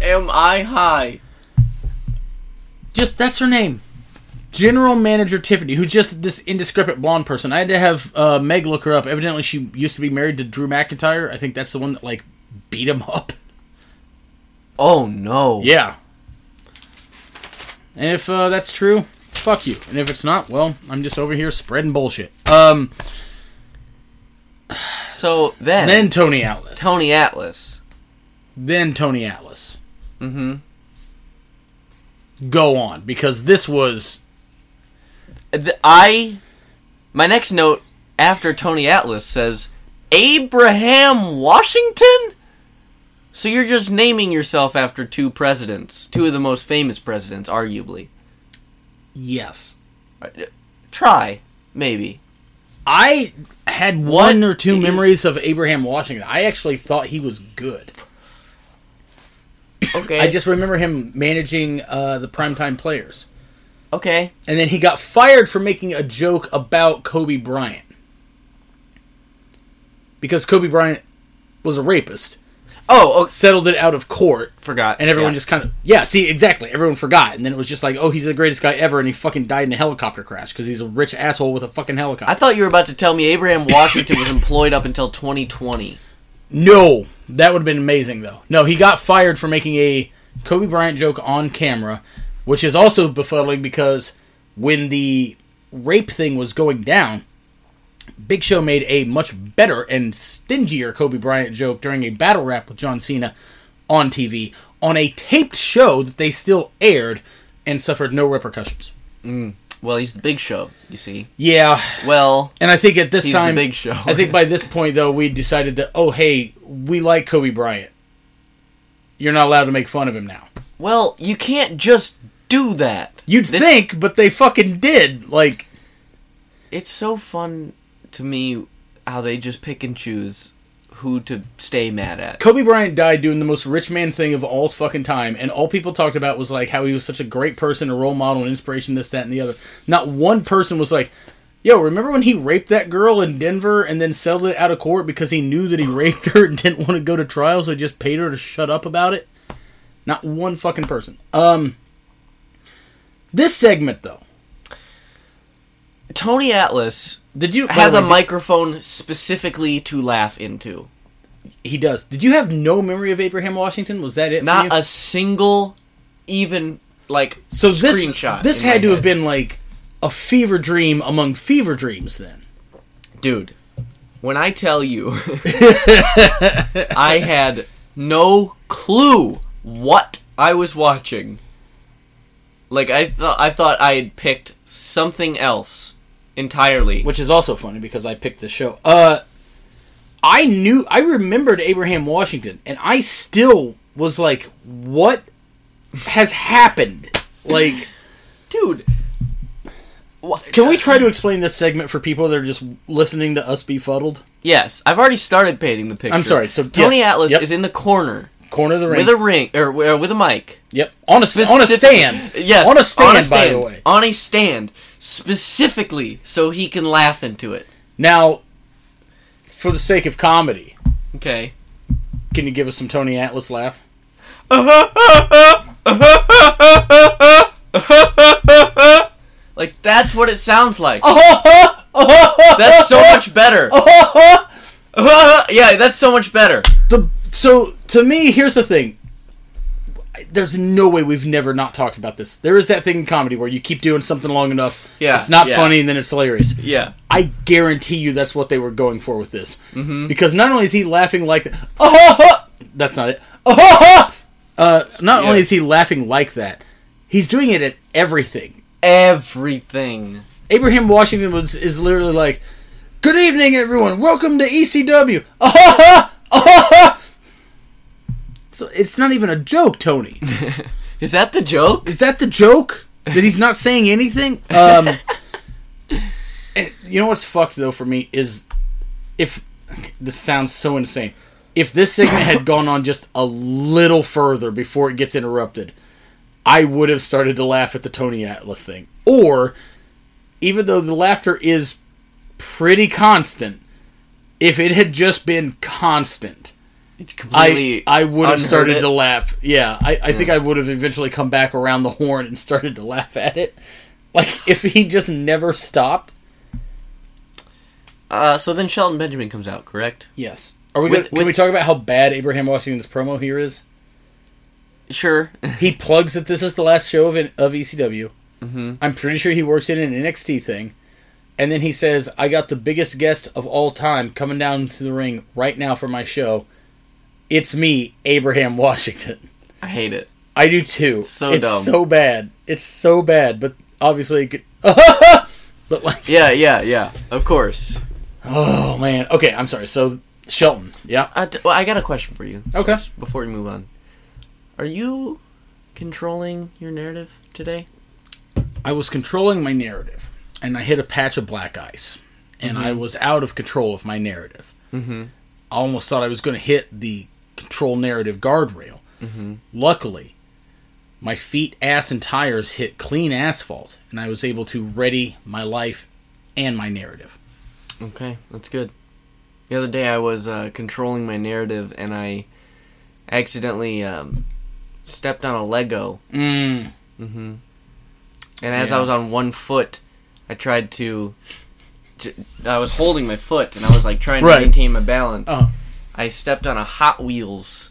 Am I high?
Just that's her name, General Manager Tiffany, who's just this indiscrepant blonde person. I had to have uh, Meg look her up. Evidently, she used to be married to Drew McIntyre. I think that's the one that like beat him up.
Oh no.
Yeah. And if uh, that's true, fuck you. And if it's not, well, I'm just over here spreading bullshit. Um,
So then,
then Tony Atlas.
Tony Atlas.
Then Tony Atlas.
Mm-hmm.
Go on, because this was
Th- I my next note after Tony Atlas says Abraham Washington. So you're just naming yourself after two presidents, two of the most famous presidents, arguably. Uh,
yes.
Try maybe.
I had one or two
is-
memories of Abraham Washington. I actually thought he was good.
Okay.
I just remember him managing uh, the primetime players.
okay.
And then he got fired for making a joke about Kobe Bryant. Because Kobe Bryant was a rapist.
Oh, oh
settled it out of court,
forgot.
and everyone
Yeah.
just kind of yeah. See, exactly. Everyone forgot, and then it was just like, oh, he's the greatest guy ever, and he fucking died in a helicopter crash because he's a rich asshole with a fucking helicopter.
I thought you were about to tell me Abraham Washington was employed up until 2020.
no, that would have been amazing though. No, he got fired for making a Kobe Bryant joke on camera, which is also befuddling because when the rape thing was going down. Big Show made a much better and stingier Kobe Bryant joke during a battle rap with John Cena on TV on a taped show that they still aired and suffered no repercussions.
Well, he's the big show, you see.
Yeah,
Well,
and I think at this
He's the
time,
big show.
I think by this point though, we decided that oh hey, we like Kobe Bryant. You're not allowed to make fun of him now.
well, you can't just do that.
You'd
This-
think, but they fucking did. Like,
It's so fun to me how they just pick and choose who to stay mad at.
Kobe Bryant died doing the most rich man thing of all fucking time, and all people talked about was like how he was such a great person, a role model, an inspiration, this, that, and the other. Not one person was like, "Yo, remember when he raped that girl in Denver and then settled it out of court because he knew that he raped her and didn't want to go to trial, so he just paid her to shut up about it." Not one fucking person. Um, this segment though,
Tony Atlas
did you by
has
the
a
way,
microphone specifically to laugh into.
He does. Did you have no memory of Abraham Washington? Was that it? for you?
Not a single even like
So this
screenshot.
this
in my
had to have
head.
been like a fever dream among fever dreams. Then
Dude, when I tell you, I had no clue what I was watching. Like I thought, I thought I had picked something else entirely.
which is also funny because I picked the show. Uh, I knew I remembered Abraham Washington, and I still was like, "What has happened?" Like,
Dude,
can we try to explain this segment for people that are just listening to us befuddled?
yes, I've already started painting the picture.
I'm sorry, so,
Tony
yes,
Atlas
yep.
is in the corner
Corner of the ring.
with a ring or, or with a mic.
yep, on a on a
Specific-
stand.
Yes,
on a stand. By
stand,
the way,
on a stand specifically so he can laugh into it.
now for the sake of comedy,
Okay.
can you give us some Tony Atlas laugh?
Like that's what it sounds like. That's so much better. yeah, that's so much better.
The so to me, here's the thing. There's no way we've never not talked about this. There is that thing in comedy where you keep doing something long enough,
Yeah,
it's not
yeah.
funny, and then it's hilarious.
Yeah.
I guarantee you that's what they were going for with this, mm-hmm. because not only is he laughing like that, oh, that's not it. Oh, uh, not only
Yeah.
is he laughing like that, he's doing it at everything.
Everything.
Abraham Washington was is literally like, "Good evening, everyone. Welcome to E ECW." Ah-ha! Ah-ha! So it's not even a joke, Tony.
Is that the joke?
Is that the joke that he's not saying anything? Um, and you know what's fucked though for me is if this sounds so insane. If this segment had gone on just a little further before it gets interrupted, I would have started to laugh at the Tony Atlas thing. Or, even though the laughter is pretty constant, if it had just been constant,
It's
I, I would have
unheard
started
it.
to laugh. Yeah, I, I think I would have eventually come back around the horn and started to laugh at it. Like, if he just never stopped.
Uh, so then Shelton Benjamin comes out, correct?
Yes. Are we
With-
gonna, can
with-
we talk about how bad Abraham Washington's promo here is?
Sure.
He plugs that this is the last show of, of ECW.
hmm
I'm pretty sure he works in an NXT thing. And then he says, I got the biggest guest of all time coming down to the ring right now for my show. It's me, Abraham Washington.
I hate it.
I do too.
So
it's
dumb.
so bad. It's so bad, but obviously it could. but like,
Yeah, yeah, yeah. Of course.
oh man. Okay, I'm sorry. So, Shelton. Yeah.
I, well, I got a question for you
Okay.
before we move on. Are you controlling your narrative today?
I was controlling my narrative, and I hit a patch of black ice, and I was out of control of my narrative.
Mm-hmm.
I almost thought I was going to hit the control narrative guardrail.
Mm-hmm.
Luckily, my feet, ass, and tires hit clean asphalt, and I was able to ready my life and my narrative.
Okay, that's good. The other day I was uh, controlling my narrative and I accidentally um, stepped on a Lego.
Mm.
Mm-hmm. And as
Yeah.
I was on one foot, I tried to. j- I was holding my foot and I was like trying
Right.
to maintain my balance.
Uh-huh.
I stepped on a Hot Wheels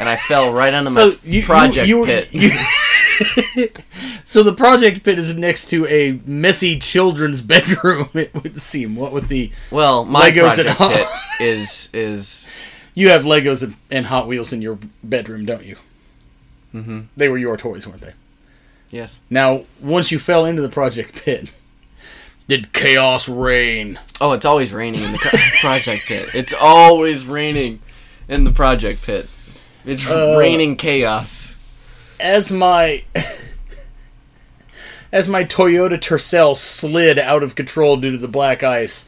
and I fell right onto
So
my
you,
project
you, you,
pit.
you- so the project pit is next to a messy children's bedroom. It would seem. What with the
well, my
Legos at
project
home.
pit is is
you have Legos and, and Hot Wheels in your bedroom, don't you?
Mhm.
They were your toys, weren't they?
yes.
Now, once you fell into the project pit, did chaos reign?
Oh, it's always raining in the co- project pit. It's always raining in the project pit. It's
Uh,
raining chaos.
as my as my Toyota Tercel slid out of control due to the black ice,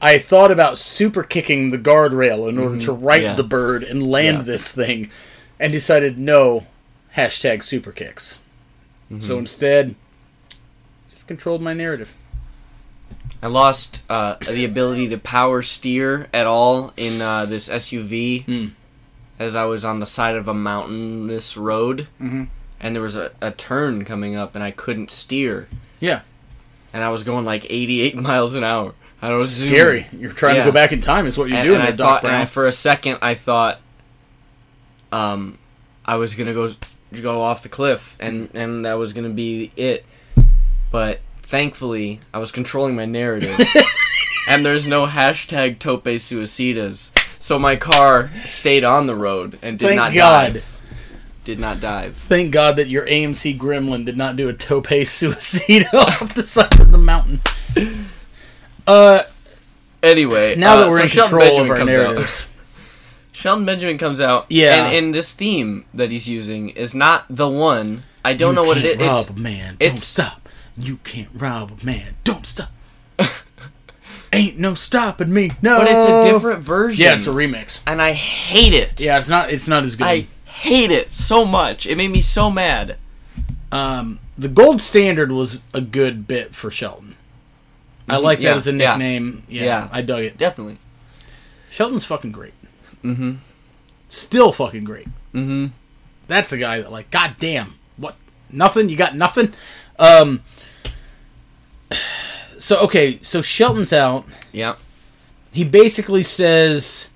I thought about super kicking the guardrail in order to right
Mm-hmm. yeah.
the bird and land
Yeah.
this thing, and decided no, hashtag super kicks.
Mm-hmm.
So instead, just controlled my narrative.
I lost uh, the ability to power steer at all in uh, this SUV
Mm.
as I was on the side of a mountainous road,
Mhm.
and there was a, a turn coming up, and I couldn't steer,
Yeah,
and I was going like 88 miles an hour. I was zooming.
scary. You're trying
Yeah.
to go back in time. Is what you're
and,
doing,
and I
there, Doc
thought, and I-
Brown.
for a second, I thought, um, I was gonna go go off the cliff, and and that was gonna be it. But thankfully, I was controlling my narrative, and there's no hashtag tope suicidas, so my car stayed on the road and did
Thank
not
God.
dive. Did not dive.
Thank God that your AMC Gremlin did not do a tope suicide off the side of the mountain. Uh,
Anyway,
now
uh,
that we're
so
in
Shelton
control of our
comes out.
narratives,
Sheldon Benjamin comes out.
Yeah.
And, and this theme that he's using is not the one. I don't know what it is.
can't
It's-
Rob a man, don't
it's-
stop. You can't rob a man, don't stop. Ain't no stopping me, no.
but it's a different version.
Yeah, it's a remix.
and I hate it.
Oh. Yeah, it's not. It's not as good.
I hate it so much. It made me so mad.
um, the gold standard was a good bit for Shelton. I
Mhm,
like that
yeah,
as a
yeah.
nickname. Yeah,
Yeah.
I dug it.
Definitely.
Shelton's fucking great.
Mm-hmm.
Still fucking great.
Mm-hmm.
That's the guy that like, God damn, what nothing? You got nothing? Um So okay, so Shelton's out.
Yeah.
He basically says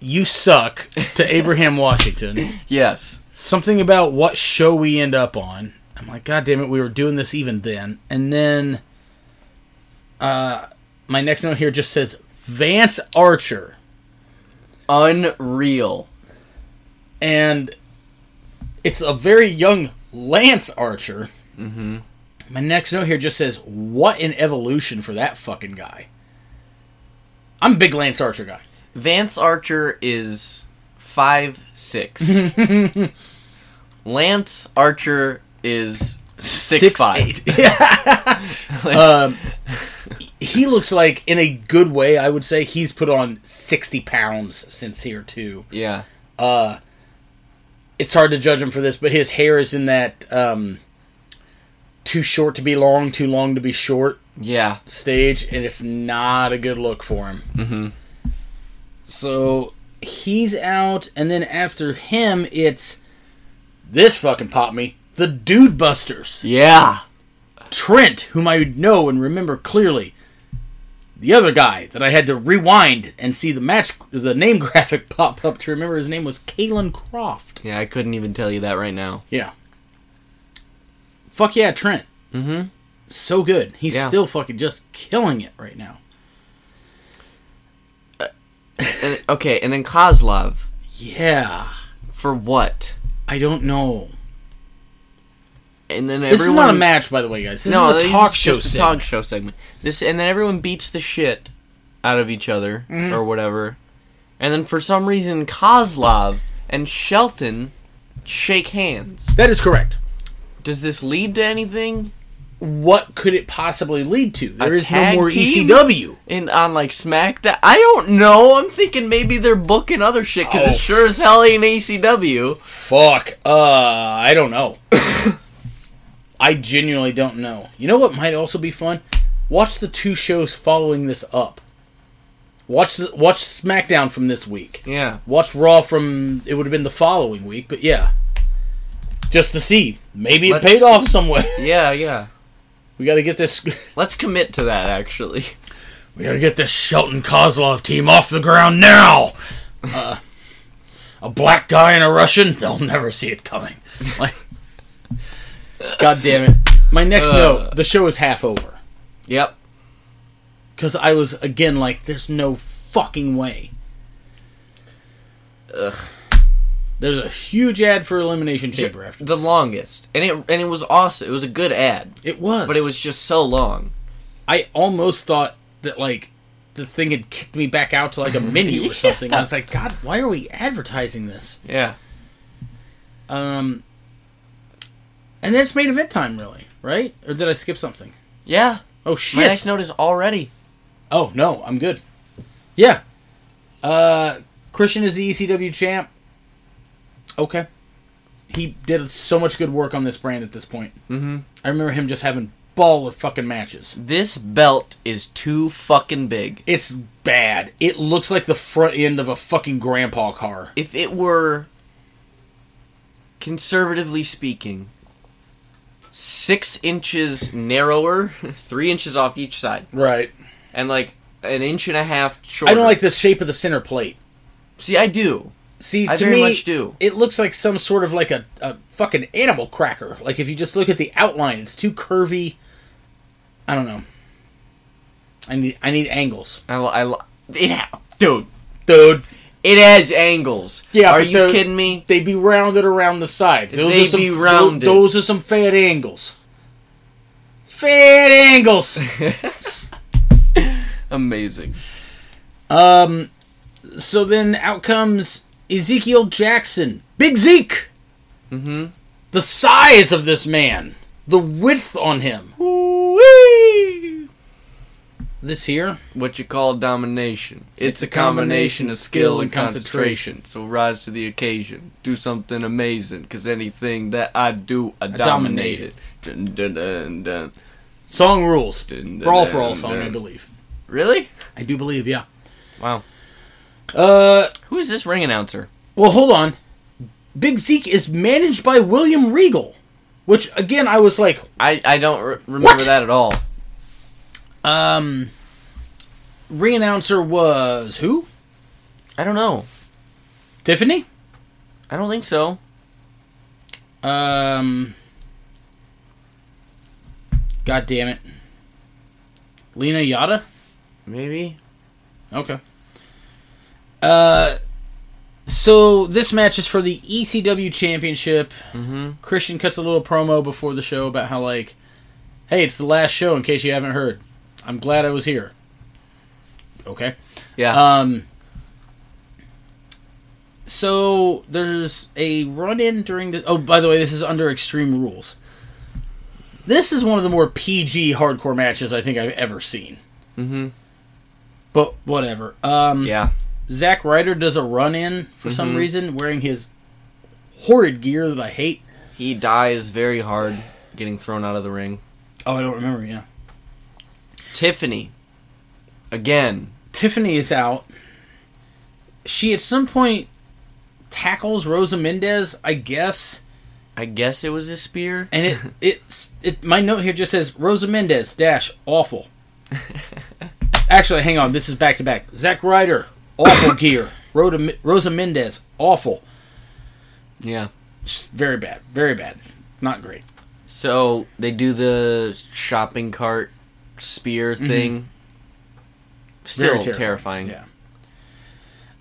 you suck to Abraham Washington.
Yes.
Something about what show we end up on. I'm like, God damn it, we were doing this even then. And then uh my next note here just says Vance Archer.
Unreal. Mm-hmm.
and it's a very young Lance Archer. My next note here just says, "What an evolution for that fucking guy." I'm a big Lance Archer guy.
Vance Archer is five six. Lance Archer is six, five. Like,
um, he looks like, in a good way, I would say, he's put on 60 pounds since here, too.
yeah,
It's hard to judge him for this, but his hair is in that um, too short to be long, too long to be short
yeah.
stage, and it's not a good look for him. Mm-hmm. So he's out, and then after him, it's this fucking pop me. The Dude Busters.
Yeah.
Trent, whom I know and remember clearly. The other guy that I had to rewind and see the match, the name graphic pop up to remember his name was Kalen Croft.
Yeah, I couldn't even tell you that right now.
Yeah. Fuck yeah, Trent. Mm-hmm.
Mhm.
So good. He's
Yeah.
still fucking just killing it right now.
And, okay, and then Kozlov.
Yeah.
For what?
I don't know.
And then
This
everyone
is not a match, by the way, guys. This
no,
is a
it's
talk
just
show.
a
segment.
talk show segment. This and then everyone beats the shit out of each other
Mm-hmm.
or whatever. And then for some reason Kozlov and Shelton shake hands.
That is correct.
Does this lead to anything?
What could it possibly lead to? There is no
tag
more E
team?
ECW.
And on like SmackDown, I don't know. I'm thinking maybe they're booking other shit because
Oh.
it sure as hell ain't ACW.
Fuck. Uh, I don't know. I genuinely don't know. You know what might also be fun? Watch the two shows following this up. Watch the, watch SmackDown from this week.
Yeah,
Watch Raw from it would have been the following week, but yeah. Just to see. Maybe
Let's
it paid
see.
off somewhere.
yeah, yeah.
We got to get this
Let's commit to that. Actually,
we got to get this Shelton Kozlov team off the ground now. Uh, a black guy and a Russian, they'll never see it coming. Like God damn it. My next
Uh.
note, the show is half over.
yep.
Cuz I was again like there's no fucking way.
Ugh.
There's a huge ad for Elimination Chamber after
The
this.
longest, and it and it was awesome. It was a good ad,
It was.
but it was just so long.
I almost thought that like the thing had kicked me back out to like a menu or something. I was like, God, why are we advertising this?
Yeah.
Um, and then it's main event time, really, right? Or did I skip something?
Yeah.
Oh
My
shit!
next note is already.
oh no, I'm good. Yeah. Uh, Christian is the ECW champ. Okay. He did so much good work on this brand at this point.
Mhm.
I remember him just having ball of fucking matches.
This belt is too fucking big.
It's bad. It looks like the front end of a fucking grandpa car.
If it were, conservatively speaking, six inches narrower, three inches off each side,
Right.
and like an inch and a half shorter.
I don't like the shape of the center plate.
See, I do.
See,
I
to
very
me,
much do.
it looks like some sort of like a, a fucking animal cracker. Like if you just look at the outline, it's too curvy. I don't know. I need I need angles,
I, li- I li- it ha- dude.
dude.
It has angles.
Yeah,
Are
but
you
they're-
kidding me?
They be rounded around the sides. Those
They
are some,
be
tho-
rounded.
Those are some fat angles. Fat angles.
Amazing.
um. So then out comes Ezekiel Jackson, Big Zeke.
Mm-hmm.
The size of this man, the width on him. This year,
what you call domination. It's, a combination, of skill and concentration. So rise to the occasion. Do something amazing, because anything that I do, I, dominate it. Dun, dun, dun, dun.
Song rules.
Dun, dun,
Brawl
dun,
for all
dun.
song, I believe.
Really?
I do believe, yeah.
Wow.
Uh,
Who is this ring announcer?
well, hold on. Big Zeke is managed by William Regal, which again I was like,
I, I don't re- remember
What?
that at all.
um, ring announcer was who?
I don't know.
Tiffany.
I don't think so.
Um, God damn it, Lena Yada.
Maybe.
Okay. Uh, so this match is for the ECW Championship.
Mm-hmm.
Christian cuts a little promo before the show about how like Hey, it's the last show in case you haven't heard. I'm glad I was here. Okay.
Yeah.
Um, so there's a run in during the. Oh, by the way, this is under extreme rules. This is one of the more PG hardcore matches I think I've ever seen.
mm-hmm.
But whatever. Um,
Yeah.
Zack Ryder does a run in for some reason wearing his horrid gear that I hate.
He dies very hard getting thrown out of the ring.
Oh, I don't remember. Yeah.
Tiffany. Again.
Tiffany is out. She at some point tackles Rosa Mendez, I guess.
I guess it was a spear.
And it it's it my note here just says Rosa Mendez dash awful. Actually, hang on, this is back to back. Zack Ryder, awful gear. Rosa, Rosa Mendez, awful.
Yeah.
Just Very bad. Very bad. Not great.
So they do the shopping cart spear thing. Still
Very
Mm-hmm. terrifying.
Yeah.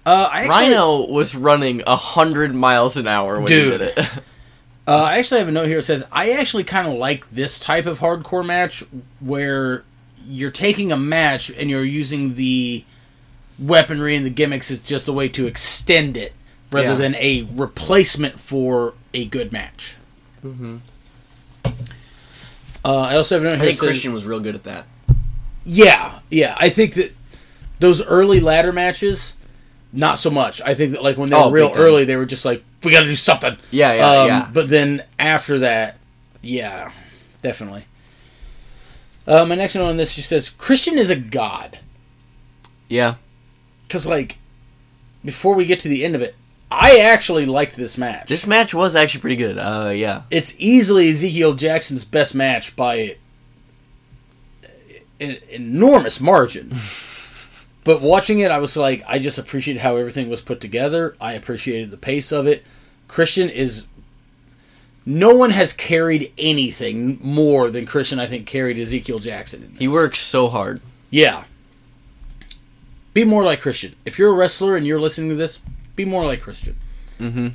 Uh, I actually,
Rhino was running a hundred miles an hour when
Dude.
he did it.
Uh, I actually have a note here that says I actually kind of like this type of hardcore match where you're taking a match and you're using the weaponry and the gimmicks as just a way to extend it rather
Yeah.
than a replacement for a good match. Mm-hmm. Uh, I also have a note
I
here.
think
that says-
Christian was real good at that.
yeah, yeah. I think that those early ladder matches, not so much. I think that like when they
Oh,
were real
big time.
early, they were just like, we got to do something.
Yeah, yeah,
Um,
yeah.
But then after that, yeah, definitely. Uh, my next one on this, she says Christian is a god
Yeah.
because like before we get to the end of it, I actually liked this match.
This match was actually pretty good. Uh, yeah.
it's easily Ezekiel Jackson's best match by an enormous margin. but watching it, I was like, I just appreciated how everything was put together. I appreciated the pace of it. Christian is. No one has carried anything more than Christian, I think, carried Ezekiel Jackson. In
He
this.
works so hard.
Yeah. Be more like Christian. If you're a wrestler and you're listening to this, be more like Christian.
Mhm.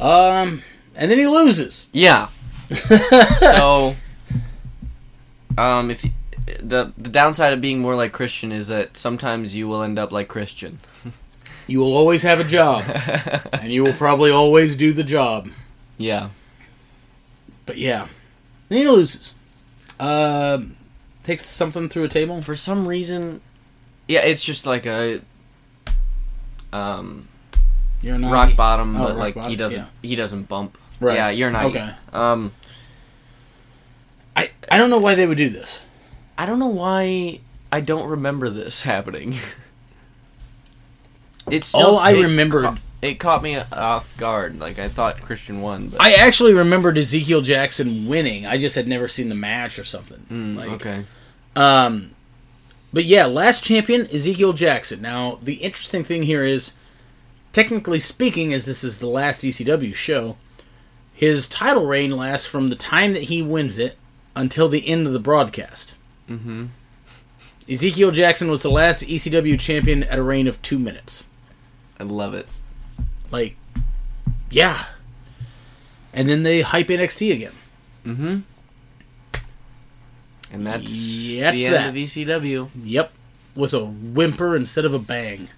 Um, and then he loses.
Yeah. so, um, if y- the the downside of being more like Christian is that sometimes you will end up like Christian.
You will always have a job, and you will probably always do the job.
Yeah.
But yeah, then he loses. Um, takes something through a table.
For some reason, yeah, it's just like a um
You're not
rock bottom,
Oh,
but
rock
like he
bottom,
doesn't
yeah.
he doesn't bump.
Right.
Yeah, you're not.
Okay.
Um,
I I don't know why they would do this.
I don't know why I don't remember this happening. it's
All
just-
I
it
remembered-
ca- it caught me off guard. Like I thought Christian won, but
I actually remembered Ezekiel Jackson winning. I just had never seen the match or something.
Mm,
like,
okay.
Um, but yeah, last champion Ezekiel Jackson. Now the interesting thing here is, technically speaking, as this is the last ECW show, his title reign lasts from the time that he wins it until the end of the broadcast.
Mm-hmm.
Ezekiel Jackson was the last ECW champion at a reign of two minutes.
I love it.
Like, yeah. And then they hype NXT again.
Mm-hmm. And that's
Yeah,
the
it's
end
that.
of E ECW.
Yep. With a whimper instead of a bang.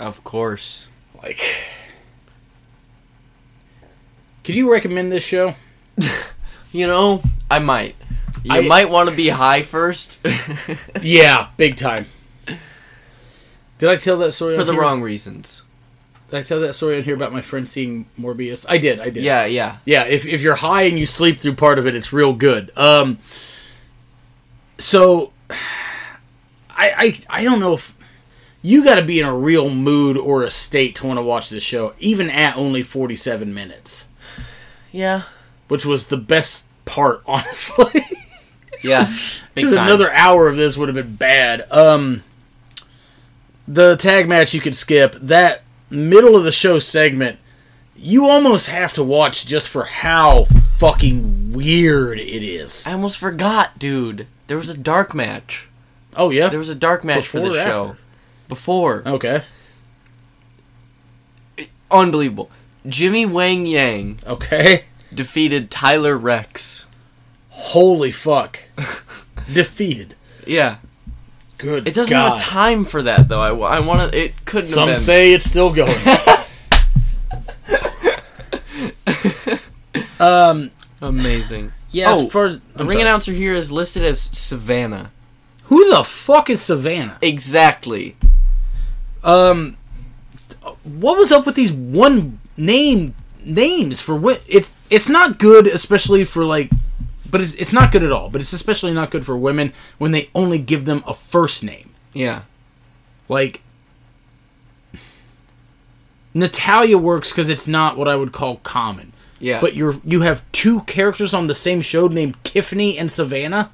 Of course.
Like, could you recommend this show?
You know, I might. You
I-
might want to be high first
Yeah, big time. Did I tell that story
for
on
the
here?
wrong reasons.
Did I tell that story on here about my friend seeing Morbius? I did. I did.
Yeah, yeah.
Yeah. If if you're high and you sleep through part of it, it's real good. Um. So, I I I don't know if you got to be in a real mood or a state to want to watch this show, even at only 47 minutes,
Yeah.
which was the best part, honestly.
Yeah. Big
Because
time.
another hour of this would have been bad. Um, the tag match you could skip. That middle of the show segment, you almost have to watch just for how fucking weird it is.
I almost forgot, dude. There was a dark match.
Oh yeah.
There was a dark match for
Before
the
or
show.
after? Oh.
Before.
okay.
Unbelievable. Jimmy Wang Yang
Okay.
defeated Tyler Rex.
Holy fuck. Defeated.
Yeah.
Good
It doesn't
God.
have time for that though. I, wa- I want to. It couldn't
Some
have been.
say it's still going. um,
Amazing.
yeah,
Oh,
as far as,
The
I'm
ring
sorry.
announcer here is listed as Savannah.
Who the fuck is Savannah?
Exactly.
Um, what was up with these one name names for what? It it's not good, especially for like, but it's it's not good at all. But it's especially not good for women when they only give them a first name.
Yeah.
Like Natalia works because it's not what I would call common.
Yeah.
But you're you have two characters on the same show named Tiffany and Savannah.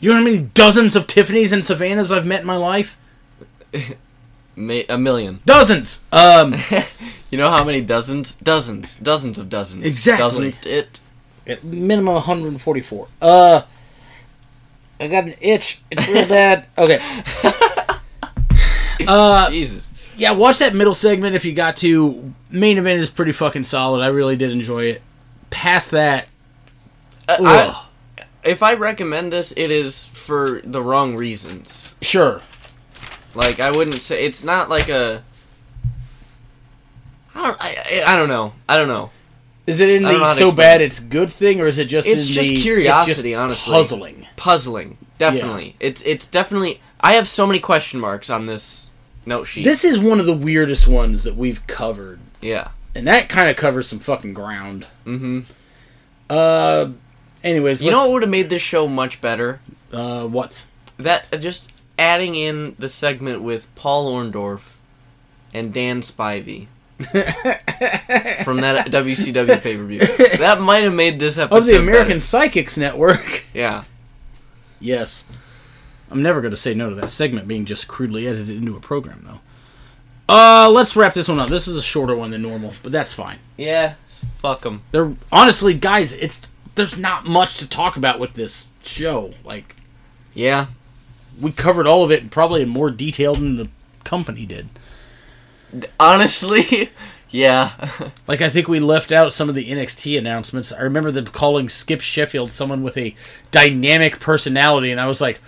You know how many dozens of Tiffany's and Savannahs I've met in my life?
Ma- a million.
Dozens. Um,
You know how many dozens, dozens, dozens of dozens.
Exactly.
Doesn't it?
at minimum 144. Uh, I got an itch. It's real bad. Okay. uh,
Jesus.
yeah, watch that middle segment if you got to. Main event is pretty fucking solid. I really did enjoy it. Past that,
I-
ugh,
Uh, I- if I recommend this, it is for the wrong reasons.
sure.
Like I wouldn't say it's not like a. I don't. I, I, I don't know. I don't know.
Is it in
I don't know
the
how to
so
explain
bad it's good thing, or is it just
It's
in
just
the-
curiosity, honestly.
puzzling?
Puzzling, definitely. It's it's definitely. I have so many question marks on this note sheet.
This is one of the weirdest ones that we've covered,
yeah.
and that kind of covers some fucking ground.
Mm-hmm.
Uh, anyways,
You
let's-
know what would have made this show much better?
uh, what?
That uh, just adding in the segment with Paul Orndorff and Dan Spivey from that WCW pay per view. That might have made this episode.
Oh, the American
better.
Psychics Network.
Yeah.
Yes. I'm never going to say no to that segment being just crudely edited into a program, though. Uh, let's wrap this one up. This is a shorter one than normal, but that's fine.
Yeah. Fuck them.
There, honestly, guys, it's there's not much to talk about with this show. Like
Yeah.
we covered all of it, probably in more detail than the company did.
Honestly. Yeah.
Like I think we left out some of the NXT announcements. I remember them calling Skip Sheffield someone with a dynamic personality, and I was like,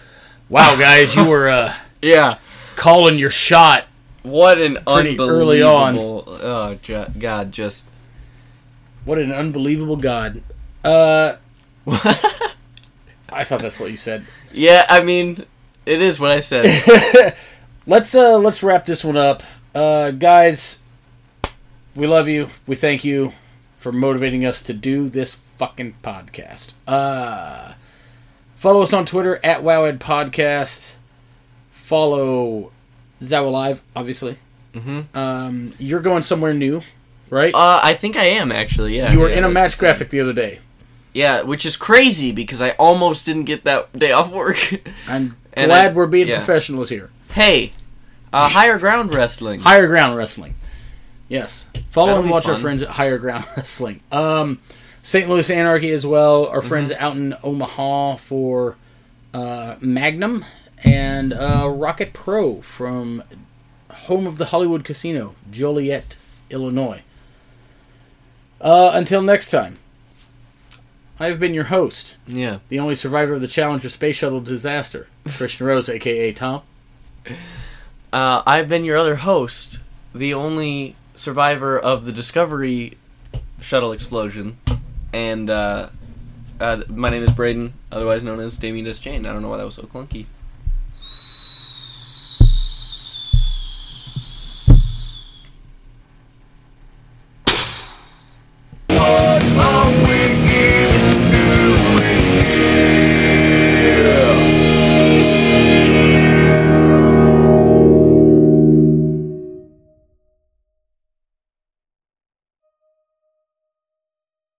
"Wow, guys, you were uh,
yeah.
calling your shot."
What an
Pretty
unbelievable.
early on.
Oh ju- God! Just.
What an unbelievable god. Uh, I thought that's what you said.
Yeah. I mean, it is what I said.
Let's uh let's wrap this one up. Uh guys, we love you. We thank you for motivating us to do this fucking podcast. Uh follow us on Twitter at Wowhead Podcast. Follow Zow Alive, obviously.
hmm
Um you're going somewhere new, right?
Uh, I think I am actually. Yeah.
you were
yeah,
in a
that's
match
thing.
graphic the other day.
Yeah, which is crazy because I almost didn't get that day off work.
I'm
And
glad
I-
we're being
yeah.
professionals here.
hey, uh, higher ground wrestling.
Higher Ground Wrestling. Yes. Follow
That'll
and
be
watch our
fun.
friends at Higher Ground Wrestling. Um, St. Louis Anarchy as well.
Mm-hmm.
Our friends out in Omaha for uh, Magnum and uh, Rocket Pro from home of the Hollywood Casino, Joliet, Illinois. Uh, until next time, I have been your host,
yeah,
the only survivor of the Challenger space shuttle disaster, Christian Rose, aka Tom.
uh, I've been your other host, the only survivor of the Discovery shuttle explosion, and uh, uh, my name is Braden, otherwise known as Damien Deschain. I don't know why that was so clunky.